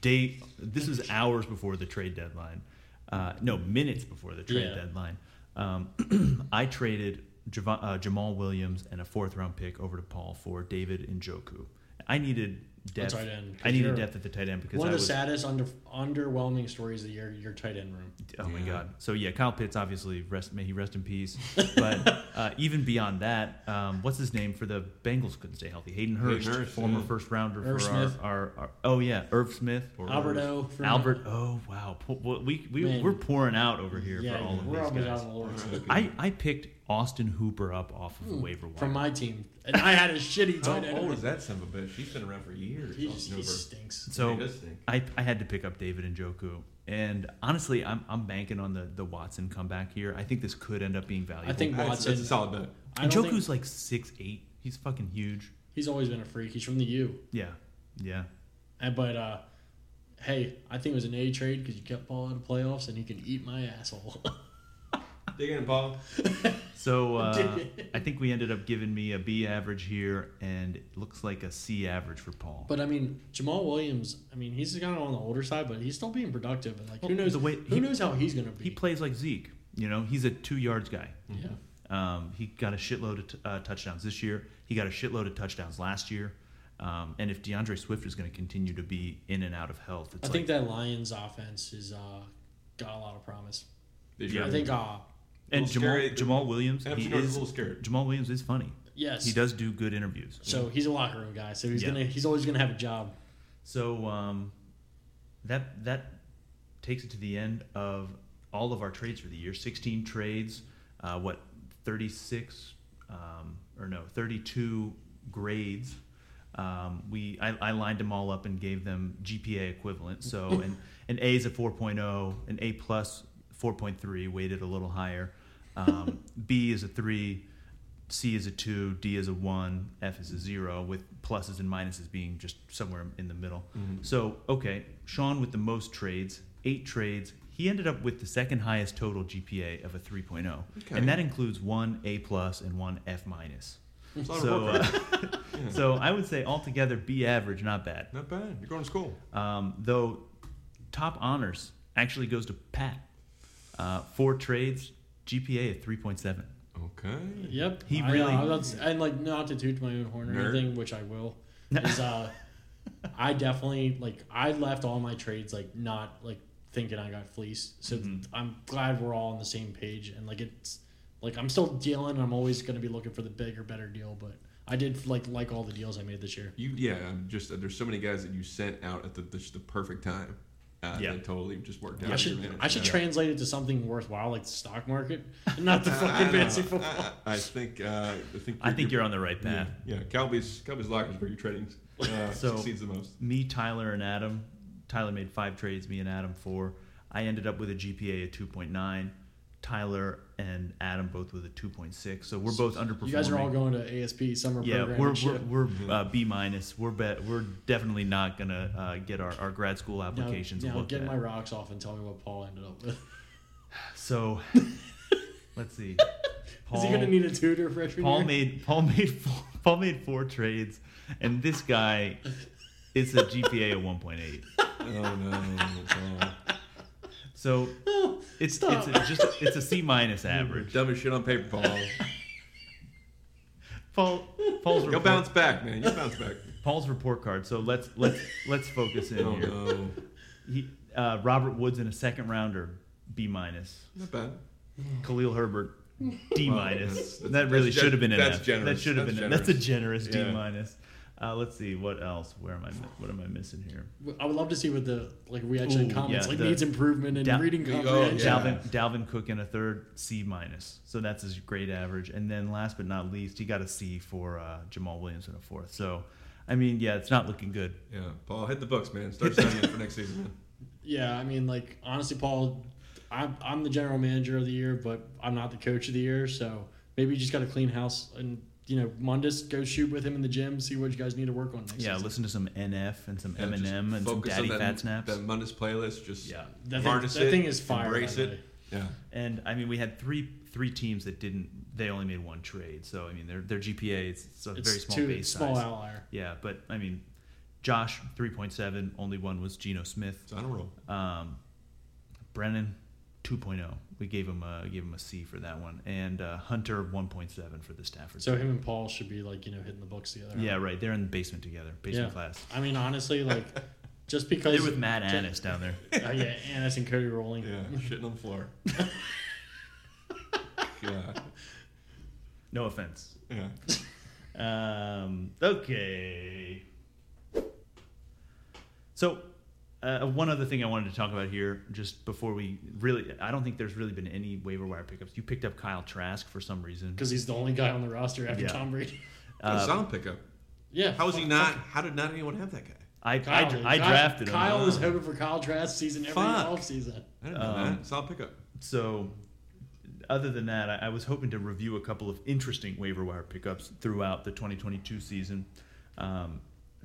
Speaker 3: day. This is hours before the trade deadline. Uh, no, minutes before the trade
Speaker 4: Yeah.
Speaker 3: deadline. Um, I traded Jav- uh, Jamal Williams and a fourth round pick over to Paul for David and Joku. I needed depth.
Speaker 4: tight end, 'cause
Speaker 3: I
Speaker 4: you're-
Speaker 3: needed depth at the tight end because
Speaker 4: One
Speaker 3: I
Speaker 4: of the
Speaker 3: was.
Speaker 4: saddest, under, underwhelming stories of the year, your tight end room.
Speaker 3: Oh my
Speaker 5: Yeah.
Speaker 3: God! So yeah, Kyle Pitts obviously rest may he rest in peace. But uh, even beyond that, um, what's his name for the Bengals couldn't stay healthy? Hayden Hurst,
Speaker 5: Hurst,
Speaker 3: former
Speaker 5: yeah.
Speaker 3: first rounder
Speaker 4: Irv
Speaker 3: for our,
Speaker 4: Smith.
Speaker 3: our, our oh yeah, Irv Smith,
Speaker 4: Albert O. for-
Speaker 3: Albert. Oh wow, Po- well, we we
Speaker 4: Man.
Speaker 3: we're pouring out over here
Speaker 4: Yeah,
Speaker 3: for all
Speaker 4: we're
Speaker 3: of these
Speaker 4: almost out
Speaker 3: guys.
Speaker 4: of the Lord.
Speaker 3: I I picked Austin Hooper up off of a waiver wire.
Speaker 4: From my team. And I had a shitty
Speaker 5: How
Speaker 4: tight
Speaker 3: Oh,
Speaker 4: end.
Speaker 5: old
Speaker 4: room.
Speaker 5: is that son of a bitch? He's been around for years.
Speaker 4: He
Speaker 5: I'll
Speaker 4: just he
Speaker 5: snooper.
Speaker 4: stinks.
Speaker 3: So
Speaker 5: He does stink.
Speaker 3: I, I had to pick up David and Joku. And honestly, I'm, I'm banking on the, the Watson comeback here. I think this could end up being valuable.
Speaker 4: I think
Speaker 5: That's,
Speaker 4: Watson.
Speaker 5: that's a solid bet.
Speaker 4: I
Speaker 3: And
Speaker 4: don't
Speaker 3: Joku's
Speaker 4: think,
Speaker 3: like six eight. He's fucking huge.
Speaker 4: he's always been a freak. He's from the U.
Speaker 3: Yeah, yeah.
Speaker 4: And, but uh, hey, I think it was an A trade because you kept Paul out of playoffs and he can eat my asshole.
Speaker 5: Dig in, Paul.
Speaker 3: So uh, I think we ended up giving me a B average here, and it looks like a C average for Paul.
Speaker 4: But I mean, Jamal Williams. I mean, he's kind of on the older side, but he's still being productive. And like, who
Speaker 3: Well,
Speaker 4: knows?
Speaker 3: the way-
Speaker 4: who
Speaker 3: he-
Speaker 4: knows how he's gonna be?
Speaker 3: he plays like Zeke. You know, he's a two yards guy.
Speaker 4: yeah.
Speaker 3: Um, he got a shitload of t- uh, touchdowns this year. He got a shitload of touchdowns last year. Um, and if DeAndre Swift is going to continue to be in and out of health, it's
Speaker 4: I
Speaker 3: like,
Speaker 4: think that Lions offense is uh, got a lot of promise.
Speaker 5: Did
Speaker 3: Yeah.
Speaker 4: I think uh,
Speaker 3: and
Speaker 5: little
Speaker 3: Jamal,
Speaker 5: scary-
Speaker 3: Jamal Williams,
Speaker 5: I'm
Speaker 3: he
Speaker 5: sure he's a
Speaker 3: is
Speaker 5: little scared.
Speaker 3: Jamal Williams is funny.
Speaker 4: yes,
Speaker 3: He does do good interviews.
Speaker 4: So he's a locker room guy. So he's
Speaker 3: Yeah.
Speaker 4: gonna he's always gonna have a job.
Speaker 3: So um, that that takes it to the end of all of our trades for the year. Sixteen trades. Uh, what thirty six um, or no thirty two grades. Um, we I, I lined them all up and gave them GPA equivalent. So an an A is a 4.0, an A plus 4.3, weighted a little higher. Um, B is a three. C is a two, D is a one, F is a zero, with pluses and minuses being just somewhere in the middle.
Speaker 5: Mm-hmm.
Speaker 3: So, okay, Sean with the most trades, eight trades. He ended up with the second highest total GPA of a 3.0.
Speaker 5: Okay.
Speaker 3: And that includes one A plus and one F minus.
Speaker 5: It's a lot of
Speaker 3: So,
Speaker 5: work,
Speaker 3: uh, so I would say altogether B average, not bad.
Speaker 5: Not bad. You're going to school.
Speaker 3: Um, though top honors actually goes to Pat. Uh, four trades, GPA at 3.7.
Speaker 5: Okay.
Speaker 4: Yep.
Speaker 3: He
Speaker 4: I, uh,
Speaker 3: really-
Speaker 4: I'm not- and like not to toot my own horn or
Speaker 5: Nerd.
Speaker 4: anything, which I will. Is uh, I definitely like I left all my trades like not like thinking I got fleeced. So
Speaker 3: Mm-hmm.
Speaker 4: I'm glad we're all on the same page and like it's like I'm still dealing. I'm always gonna be looking for the bigger, better deal. But I did like like all the deals I made this year.
Speaker 5: You yeah, I'm just uh, there's so many guys that you sent out at the the, the perfect time. Uh,
Speaker 3: Yeah.
Speaker 5: that totally just worked out.
Speaker 4: I
Speaker 5: for
Speaker 4: should
Speaker 5: your
Speaker 4: I should
Speaker 5: advantage.
Speaker 4: translate it to something worthwhile like the stock market, not the fucking fancy football.
Speaker 5: I, I think uh, I think
Speaker 3: I think you're on the right path.
Speaker 5: yeah. Calby's Calby's locker is where your trading uh,
Speaker 3: So-
Speaker 5: succeeds the most.
Speaker 3: me, Tyler, and Adam. Tyler made five trades, me and Adam four. I ended up with a GPA of 2.9. Tyler and Adam both with a 2.6. So we're both underperforming.
Speaker 4: You guys are all going to ASP summer
Speaker 3: Yeah,
Speaker 4: program.
Speaker 3: we're,
Speaker 4: and shit.
Speaker 3: we're, we're uh, B minus. We're bet. We're definitely not gonna uh, get our, our grad school
Speaker 4: Now-
Speaker 3: applications
Speaker 4: Now,
Speaker 3: looked
Speaker 4: get
Speaker 3: at.
Speaker 4: my rocks off and tell me what Paul ended up with.
Speaker 3: So let's see. Paul,
Speaker 4: Is he going to need a tutor freshman
Speaker 3: Paul
Speaker 4: year?
Speaker 3: made Paul made four, Paul made four trades, and this guy is a GPA of 1.8.
Speaker 5: Oh no!
Speaker 3: So it's it's
Speaker 4: Stop.
Speaker 3: a, just it's a C minus average.
Speaker 5: Dumbest shit on paper, Paul.
Speaker 3: Paul Paul's
Speaker 5: Go
Speaker 3: report,
Speaker 5: bounce back, man. You bounce back.
Speaker 3: Paul's report card. So let's let's let's focus in
Speaker 5: Oh,
Speaker 3: here.
Speaker 5: no.
Speaker 3: He, uh, Robert Woods in a second rounder, B minus.
Speaker 5: Not bad.
Speaker 3: Khalil Herbert, D minus.
Speaker 5: that's- that's-
Speaker 3: that really
Speaker 5: that's
Speaker 3: should have been an
Speaker 5: gen- that's
Speaker 3: F. That
Speaker 5: generous.
Speaker 3: should have
Speaker 5: That's
Speaker 3: been an- that's a generous D
Speaker 5: Yeah.
Speaker 3: minus. Uh, let's see what else. Where am I? mi- What am I missing here?
Speaker 4: I would love to see what the like reaction
Speaker 5: Ooh,
Speaker 4: comments
Speaker 3: yeah,
Speaker 4: like
Speaker 3: the-
Speaker 4: needs improvement in
Speaker 3: Da-
Speaker 4: reading
Speaker 5: Oh,
Speaker 4: comprehension.
Speaker 5: yeah.
Speaker 3: Dalvin Dalvin Cook in a third C minus. So that's his grade average. And then last but not least, he got a C for uh, Jamal Williams in a fourth. So, I mean, yeah, it's not looking good.
Speaker 5: Yeah, Paul, hit the books, man. Start signing up for next season. Man.
Speaker 4: Yeah, I mean, like honestly, Paul, I'm I'm the general manager of the year, but I'm not the coach of the year. So maybe you just got to clean house and you know Mundus go shoot with him in the gym, see what you guys need to work on next.
Speaker 3: Yeah,
Speaker 4: season.
Speaker 3: listen to some NF and some
Speaker 5: Yeah, just
Speaker 3: Eminem and some
Speaker 5: focus
Speaker 3: Daddy
Speaker 5: on that,
Speaker 3: Fat Snaps.
Speaker 5: That Mundus playlist, just
Speaker 3: Yeah.
Speaker 4: That thing-
Speaker 5: harness
Speaker 4: that
Speaker 5: it,
Speaker 4: thing is fire,
Speaker 5: Embrace
Speaker 4: by the
Speaker 5: it.
Speaker 4: way.
Speaker 5: Yeah.
Speaker 3: And I mean, we had three three teams that didn't. They only made one trade. So I mean, their their GPA is it's a
Speaker 4: it's
Speaker 3: very small
Speaker 4: too
Speaker 3: base
Speaker 4: small
Speaker 3: size.
Speaker 4: outlier.
Speaker 3: Yeah, but I mean, Josh three point seven. Only one was Geno Smith.
Speaker 5: It's on a roll.
Speaker 3: Um, Brennan 2.0. We gave him a gave him a C for that one, and uh, Hunter 1.7 for the Stafford.
Speaker 4: So him and Paul should be like you know hitting the books together.
Speaker 3: yeah, right. They're in the basement together, basement class.
Speaker 4: I mean, honestly, like just because
Speaker 3: They're with Matt Annis down there.
Speaker 4: uh, yeah, Annis and Cody Rowling.
Speaker 5: Yeah, shitting on the floor. yeah,
Speaker 3: No offense.
Speaker 5: yeah.
Speaker 3: Uh, Um, okay. So, uh, one other thing I wanted to talk about here, just before we really, I don't think there's really been any waiver wire pickups. You picked up Kyle Trask for some reason.
Speaker 4: Because he's the only guy on the roster after
Speaker 3: Yeah.
Speaker 4: Tom Brady.
Speaker 5: Uh, sound pickup.
Speaker 4: Yeah.
Speaker 5: How is he
Speaker 4: fuck-
Speaker 5: not? How did not anyone have that guy?
Speaker 3: I, I,
Speaker 4: Kyle,
Speaker 3: dr- I
Speaker 4: Kyle-
Speaker 3: drafted him. Oh.
Speaker 4: Kyle was hoping for Kyle Trask season every
Speaker 5: Fuck.
Speaker 4: offseason.
Speaker 5: I didn't know
Speaker 3: Um,
Speaker 5: that. Solid pickup.
Speaker 3: So, other than that, I, I was hoping to review a couple of interesting waiver wire pickups throughout the 2022 season. Um,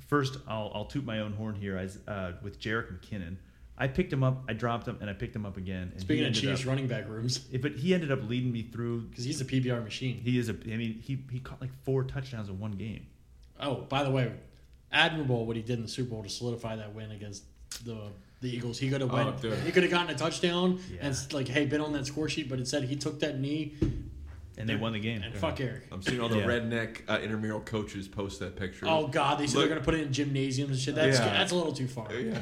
Speaker 3: first, I'll, I'll toot my own horn here as, uh, with Jarek McKinnon. I picked him up, I dropped him, and I picked him up again. And
Speaker 4: Speaking
Speaker 3: he
Speaker 4: of
Speaker 3: ended
Speaker 4: Chiefs
Speaker 3: up,
Speaker 4: running back rooms,
Speaker 3: but he ended up leading me through.
Speaker 4: because he's a PBR machine.
Speaker 3: He is a. I mean, he he caught like four touchdowns in one game.
Speaker 4: oh, by the way, admirable what he did in the Super Bowl to solidify that win against the the Eagles. He could have went.
Speaker 5: dude.
Speaker 4: he could have gotten a touchdown
Speaker 3: Oh, Yeah.
Speaker 4: and it's like, hey, been on that score sheet, but it said he took that knee
Speaker 3: And they won the game.
Speaker 4: and fuck Eric.
Speaker 5: I'm seeing all the
Speaker 3: Yeah.
Speaker 5: redneck uh, intramural coaches post that picture.
Speaker 4: Oh God, they said
Speaker 5: Look-
Speaker 4: they're gonna put it in gymnasiums and shit. That's
Speaker 5: Yeah.
Speaker 4: that's a little too far.
Speaker 5: Oh, yeah.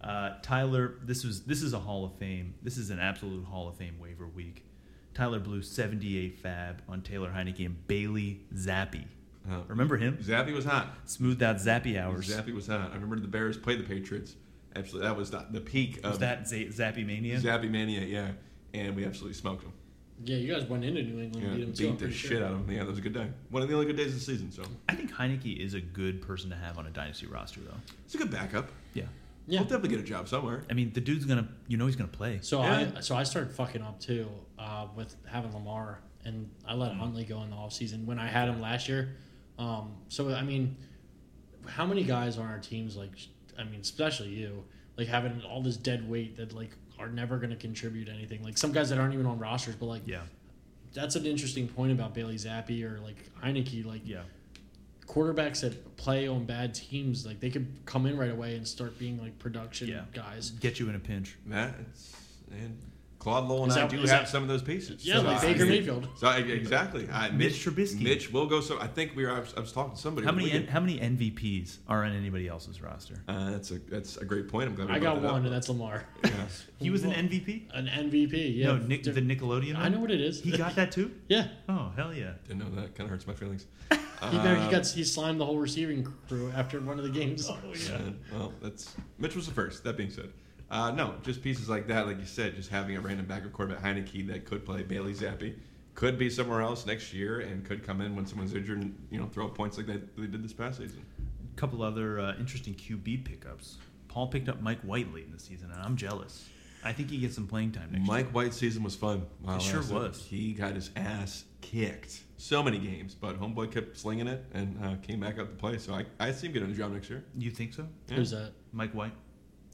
Speaker 3: Uh, Tyler, this was this is a Hall of Fame. This is an absolute Hall of Fame waiver week. Tyler blew 78 fab on Taylor Heineke and Bailey Zappi.
Speaker 5: Oh.
Speaker 3: Remember him?
Speaker 5: Zappy was hot.
Speaker 3: Smoothed out Zappy hours.
Speaker 5: Zappy was hot. I remember the Bears played the Patriots. Absolutely, that was the, the peak of
Speaker 3: Was that Z- Zappy mania?
Speaker 5: Zappy mania. Yeah, and we absolutely smoked them.
Speaker 4: Yeah, you guys went into New England
Speaker 5: Yeah,
Speaker 4: and beat them
Speaker 5: beat
Speaker 4: too. I'm
Speaker 5: the
Speaker 4: pretty
Speaker 5: shit
Speaker 4: sure.
Speaker 5: out of them. Yeah, that was a good day. One of the only good days of the season. So
Speaker 3: I think Heineke is a good person to have on a dynasty roster, though.
Speaker 5: it's a good backup.
Speaker 3: Yeah.
Speaker 4: Yeah.
Speaker 5: He'll definitely get a job somewhere.
Speaker 3: I mean, the dude's gonna, you know, he's gonna play.
Speaker 4: So
Speaker 5: Yeah.
Speaker 4: I so I started fucking up too uh, with having Lamar, and I
Speaker 5: Mm-hmm.
Speaker 4: let Huntley go in the offseason when I had him last year. Um, so I mean, how many guys on our teams like? I mean, especially you, like having all this dead weight that like are never going to contribute anything. Like some guys that aren't even on rosters, but like
Speaker 3: Yeah.
Speaker 4: that's an interesting point about Bailey Zappi or like Heineke. Like
Speaker 3: Yeah.
Speaker 4: quarterbacks that play on bad teams, like they could come in right away and start being like production
Speaker 3: Yeah.
Speaker 4: guys.
Speaker 3: Get you in a pinch.
Speaker 5: That and Claude Lowell and
Speaker 4: Is
Speaker 5: I
Speaker 4: that-
Speaker 5: do
Speaker 4: is
Speaker 5: have
Speaker 4: that-
Speaker 5: some of those pieces.
Speaker 4: Yeah, like
Speaker 5: I
Speaker 4: Baker
Speaker 5: mean-
Speaker 4: Mayfield.
Speaker 5: So I, exactly, I,
Speaker 3: Mitch
Speaker 5: Mitch,
Speaker 3: Trubisky.
Speaker 5: Mitch will go. So I think we were. I was, I was talking to somebody.
Speaker 3: How
Speaker 5: over the
Speaker 3: many N-
Speaker 5: weekend.
Speaker 3: how many NVPs are on anybody else's roster?
Speaker 5: uh, that's a that's a great point. I'm glad we
Speaker 4: I got
Speaker 5: brought that
Speaker 4: one, and
Speaker 5: Up.
Speaker 4: that's Lamar.
Speaker 5: Yeah.
Speaker 3: He was an MVP.
Speaker 4: An MVP, yeah.
Speaker 3: no, Nick, the Nickelodeon.
Speaker 4: I
Speaker 3: one?
Speaker 4: know what it is.
Speaker 3: He got that too.
Speaker 4: yeah.
Speaker 3: Oh hell yeah.
Speaker 5: Didn't know that. Kind of hurts my feelings.
Speaker 4: He, got, he got he slimed the whole receiving crew after one of the games.
Speaker 3: Oh,
Speaker 5: And, well, that's Mitch was the first. That being said, uh, no, just pieces like that, like you said, just having a random backup quarterback, Heineke, that could play Bailey Zappi, could be somewhere else next year, and could come in when someone's injured and you know throw up points like that they did this past season.
Speaker 3: couple other uh, interesting QB pickups. Paul picked up Mike White late in the season, and I'm jealous. I think he gets some playing time next
Speaker 5: Mike White's season was fun. Wow,
Speaker 3: It sure
Speaker 5: last night.
Speaker 3: was.
Speaker 5: He got his ass kicked so many games, but homeboy kept slinging it and uh, came back up to play. So I, I see him getting a job next year.
Speaker 3: year. You think so?
Speaker 4: Who's that?
Speaker 3: Mike White?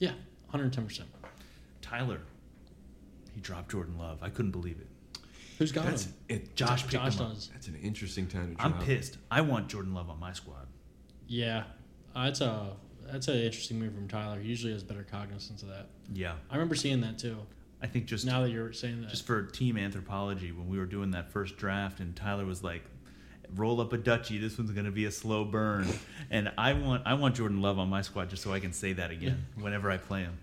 Speaker 4: Yeah, 110%.
Speaker 3: Tyler. He dropped Jordan Love. I couldn't believe it.
Speaker 4: Who's got
Speaker 5: That's
Speaker 4: him?
Speaker 5: it.
Speaker 3: Josh picked
Speaker 4: Josh
Speaker 3: him up.
Speaker 4: does.
Speaker 5: That's an interesting time to drop.
Speaker 3: I'm pissed. I want Jordan Love on my squad.
Speaker 4: Yeah. Uh, that's a that's an interesting move from Tyler. He usually has better cognizance of that.
Speaker 3: Yeah.
Speaker 4: I remember seeing that too.
Speaker 3: I think just
Speaker 4: Now that you're saying that.
Speaker 3: just for team anthropology, when we were doing that first draft, and Tyler was like, roll up a Dutchie. This one's going to be a slow burn. And I want I want Jordan Love on my squad just so I can say that again whenever I play him.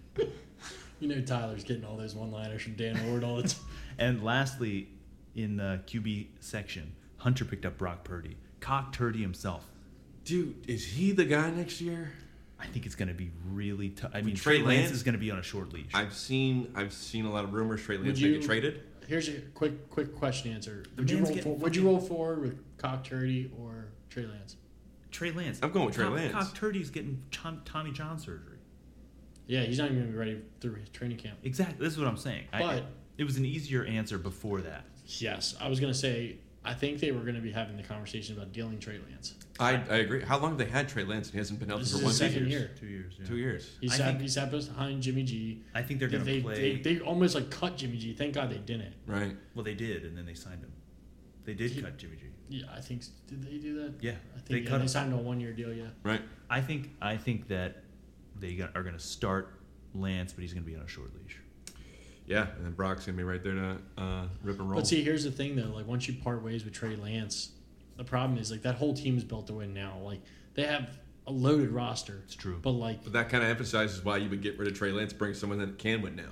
Speaker 4: You know Tyler's getting all those one-liners from Dan Ward all the time.
Speaker 3: And lastly, in the QB section, Hunter picked up Brock Purdy. Cock Turdy himself.
Speaker 5: Dude, is he the guy next year?
Speaker 3: I think it's going to be really tough. I mean,
Speaker 5: Trey
Speaker 3: Trey Lance
Speaker 5: Lance-
Speaker 3: is going to be on a short leash.
Speaker 5: I've seen I've seen a lot of rumors Trey Lance may
Speaker 4: you-
Speaker 5: get traded.
Speaker 4: Here's your quick quick question answer. Would you
Speaker 3: man's
Speaker 4: roll
Speaker 3: getting
Speaker 4: for, would you roll forward with Cock Turdy or Trey Lance?
Speaker 3: Trey Lance.
Speaker 5: I'm going with Trey
Speaker 3: Cock-
Speaker 5: Lance.
Speaker 3: Cock Turdy's getting Tom, Tommy John surgery.
Speaker 4: Yeah, he's not even gonna be ready through his training camp.
Speaker 3: Exactly. This is what I'm saying. I-
Speaker 4: But-
Speaker 3: it was an easier answer before that.
Speaker 4: Yes, I was gonna say I think they were gonna be having the conversation about dealing Trey Lance.
Speaker 5: I, I agree. How long have they had Trey Lance and he hasn't been healthy
Speaker 4: This
Speaker 5: for
Speaker 4: is
Speaker 5: one
Speaker 4: his second
Speaker 5: season?
Speaker 4: year.
Speaker 3: Two years. Yeah.
Speaker 5: Two years.
Speaker 4: He
Speaker 3: I
Speaker 4: sat
Speaker 3: think-
Speaker 4: he sat behind Jimmy G.
Speaker 3: I think they're
Speaker 4: They,
Speaker 3: going
Speaker 4: they,
Speaker 3: to play.
Speaker 4: they they almost like cut Jimmy G. Thank God they didn't.
Speaker 5: Right.
Speaker 3: well, they did, and then they signed him. They did cut Jimmy G.
Speaker 4: Yeah, I think did they do that?
Speaker 3: Yeah,
Speaker 4: I think
Speaker 3: they
Speaker 4: they, yeah,
Speaker 3: cut
Speaker 4: they
Speaker 3: him.
Speaker 4: signed a one year deal. Yeah,
Speaker 5: Right.
Speaker 3: I think I think that they got, are going to start Lance, but he's going to be on a short leash.
Speaker 5: Yeah. And then Brock's gonna be right there to uh, rip and roll.
Speaker 4: but see, here's the thing though. Like once you part ways with Trey Lance, the problem is like that whole team is built to win now. Like they have a loaded roster. It's
Speaker 3: true.
Speaker 4: but like
Speaker 5: But that kind of emphasizes why you would get rid of Trey Lance, bring someone that can win now.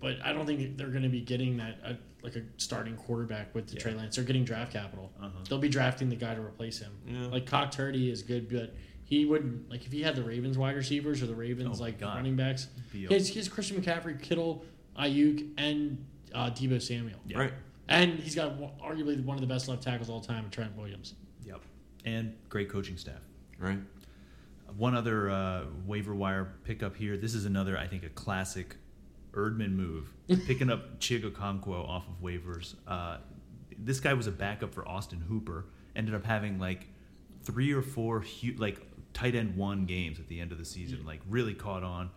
Speaker 4: But I don't think they're going to be getting that uh, like a starting quarterback with the Trey Lance. They're getting draft capital. They'll be drafting the guy to replace him. Like Cock Turdy is good, but he wouldn't like if he had the Ravens wide receivers or the Ravens
Speaker 3: Oh,
Speaker 4: like
Speaker 3: God.
Speaker 4: running backs.
Speaker 3: Be
Speaker 4: His, his Christian McCaffrey, Kittle, Ayuk, and uh, Debo Samuel.
Speaker 5: Right.
Speaker 4: And he's got one- arguably one of the best left tackles of all time, Trent Williams.
Speaker 3: Yep. And great coaching staff.
Speaker 5: Right.
Speaker 3: One other uh, waiver wire pickup here. This is another, I think, a classic Erdman move. Picking up Chigokonkwo off of waivers. Uh, this guy was a backup for Austin Hooper. Ended up having like three or four hu- like tight end one games at the end of the season. Like really caught on.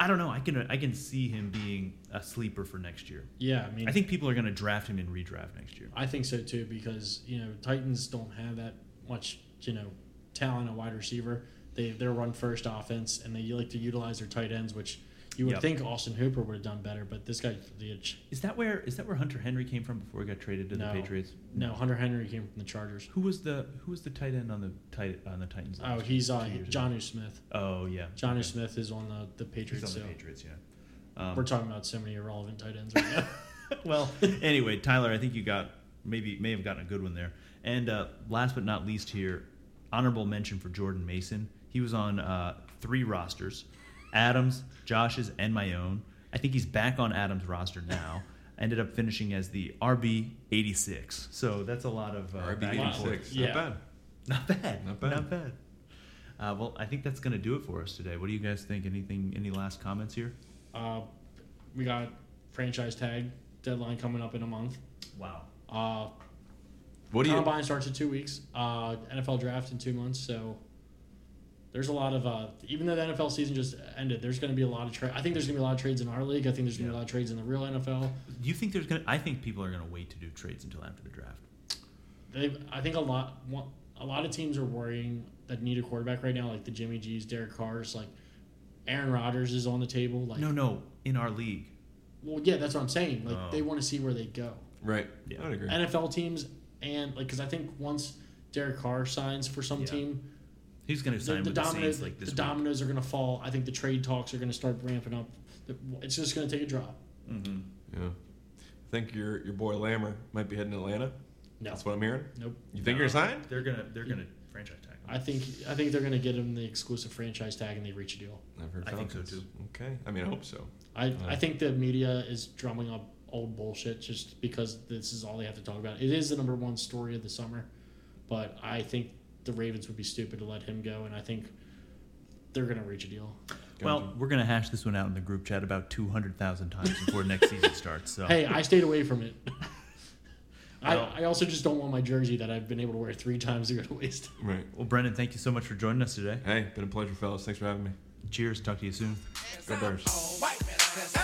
Speaker 3: I don't know. I can I can see him being a sleeper for next year.
Speaker 4: Yeah, I mean,
Speaker 3: I think people are going to draft him in redraft next year.
Speaker 4: I think so too because you know Titans don't have that much you know talent at wide receiver. They they're run first offense and they like to utilize their tight ends, which you would
Speaker 3: Yep.
Speaker 4: think Austin Hooper would have done better, but this guy the
Speaker 3: Is that where is that where Hunter Henry came from before he got traded to
Speaker 4: no
Speaker 3: the Patriots?
Speaker 4: No, Hunter Henry came from the Chargers.
Speaker 3: Who was the who was the tight end on the tight on the Titans?
Speaker 4: Oh,
Speaker 3: last
Speaker 4: he's
Speaker 3: year?
Speaker 4: uh,
Speaker 3: Two years
Speaker 4: Johnu Smith.
Speaker 3: ago. Oh yeah,
Speaker 4: Johnu
Speaker 3: Okay.
Speaker 4: Smith is on the the
Speaker 3: He's
Speaker 4: Patriots.
Speaker 3: on the
Speaker 4: so
Speaker 3: Patriots. Yeah. Um,
Speaker 4: we're talking about so many irrelevant tight ends right now.
Speaker 3: Well, anyway, Tyler, I think you got maybe may have gotten a good one there. And uh, last but not least here, honorable mention for Jordan Mason. He was on uh, three rosters: Adams, Josh's, and my own. I think he's back on Adams' roster now. Ended up finishing as the RB eighty six. So that's a lot of uh, back and forth.
Speaker 5: RB86.
Speaker 4: Yeah.
Speaker 5: Not bad.
Speaker 3: Not bad.
Speaker 5: Not bad.
Speaker 3: Not bad. Uh, well, I think that's going to do it for us today. What do you guys think? Anything? Any last comments here?
Speaker 4: uh, we got franchise tag deadline coming up in a month.
Speaker 3: Wow.
Speaker 4: Uh,
Speaker 5: What do you?
Speaker 4: Combine starts in two weeks. Uh, NFL draft in two months. So there's a lot of uh, even though the NFL season just ended, there's going to be a lot of trade. I think there's going to be a lot of trades in our league. I think there's going to be a lot of trades in the real NFL.
Speaker 3: Do you think there's going to? I think people are going to wait to do trades until after the draft.
Speaker 4: They, I think a lot one- a lot of teams are worrying that need a quarterback right now, like the Jimmy G's, Derek Carr's, like Aaron Rodgers is on the table. Like,
Speaker 3: No, no, in our league.
Speaker 4: well, yeah, that's what I'm saying. Like
Speaker 3: Oh.
Speaker 4: they want to see where they go.
Speaker 5: Right.
Speaker 3: Yeah.
Speaker 5: I would agree.
Speaker 4: NFL teams and like because I think once Derek Carr signs for some
Speaker 3: Yeah.
Speaker 4: team.
Speaker 3: He's going to
Speaker 4: the,
Speaker 3: sign
Speaker 4: the
Speaker 3: with the
Speaker 4: dominoes
Speaker 3: Saints like this
Speaker 4: the
Speaker 3: week.
Speaker 4: dominoes are going to fall. I think the trade talks are going to start ramping up. The- It's just going to take a drop.
Speaker 5: Yeah. I think your your boy Lammer might be heading to Atlanta.
Speaker 4: No,
Speaker 5: That's what I'm hearing.
Speaker 4: nope.
Speaker 5: You think you're signed?
Speaker 3: They're going to they're going to franchise tag him.
Speaker 4: I think I think they're going to get him the exclusive franchise tag and they reach a deal.
Speaker 5: I've heard.
Speaker 3: I think so,
Speaker 5: Falcons.
Speaker 3: too.
Speaker 5: Okay. I mean, I hope so.
Speaker 4: I, I think the media is drumming up old bullshit just because this is all they have to talk about. It is the number one story of the summer, but I think the Ravens would be stupid to let him go, and I think they're going to reach a deal.
Speaker 3: Well, we're going to hash this one out in the group chat about two hundred thousand times before next season starts. So
Speaker 4: Hey, I stayed away from it. I,
Speaker 3: Well-
Speaker 4: I also just don't want my jersey that I've been able to wear three times to go to waste.
Speaker 5: Right.
Speaker 3: well, Brendan, thank you so much for joining us today.
Speaker 5: Hey, been a pleasure, fellas. Thanks for having me.
Speaker 3: Cheers. Talk to you soon.
Speaker 5: Go Bears.
Speaker 6: White man says,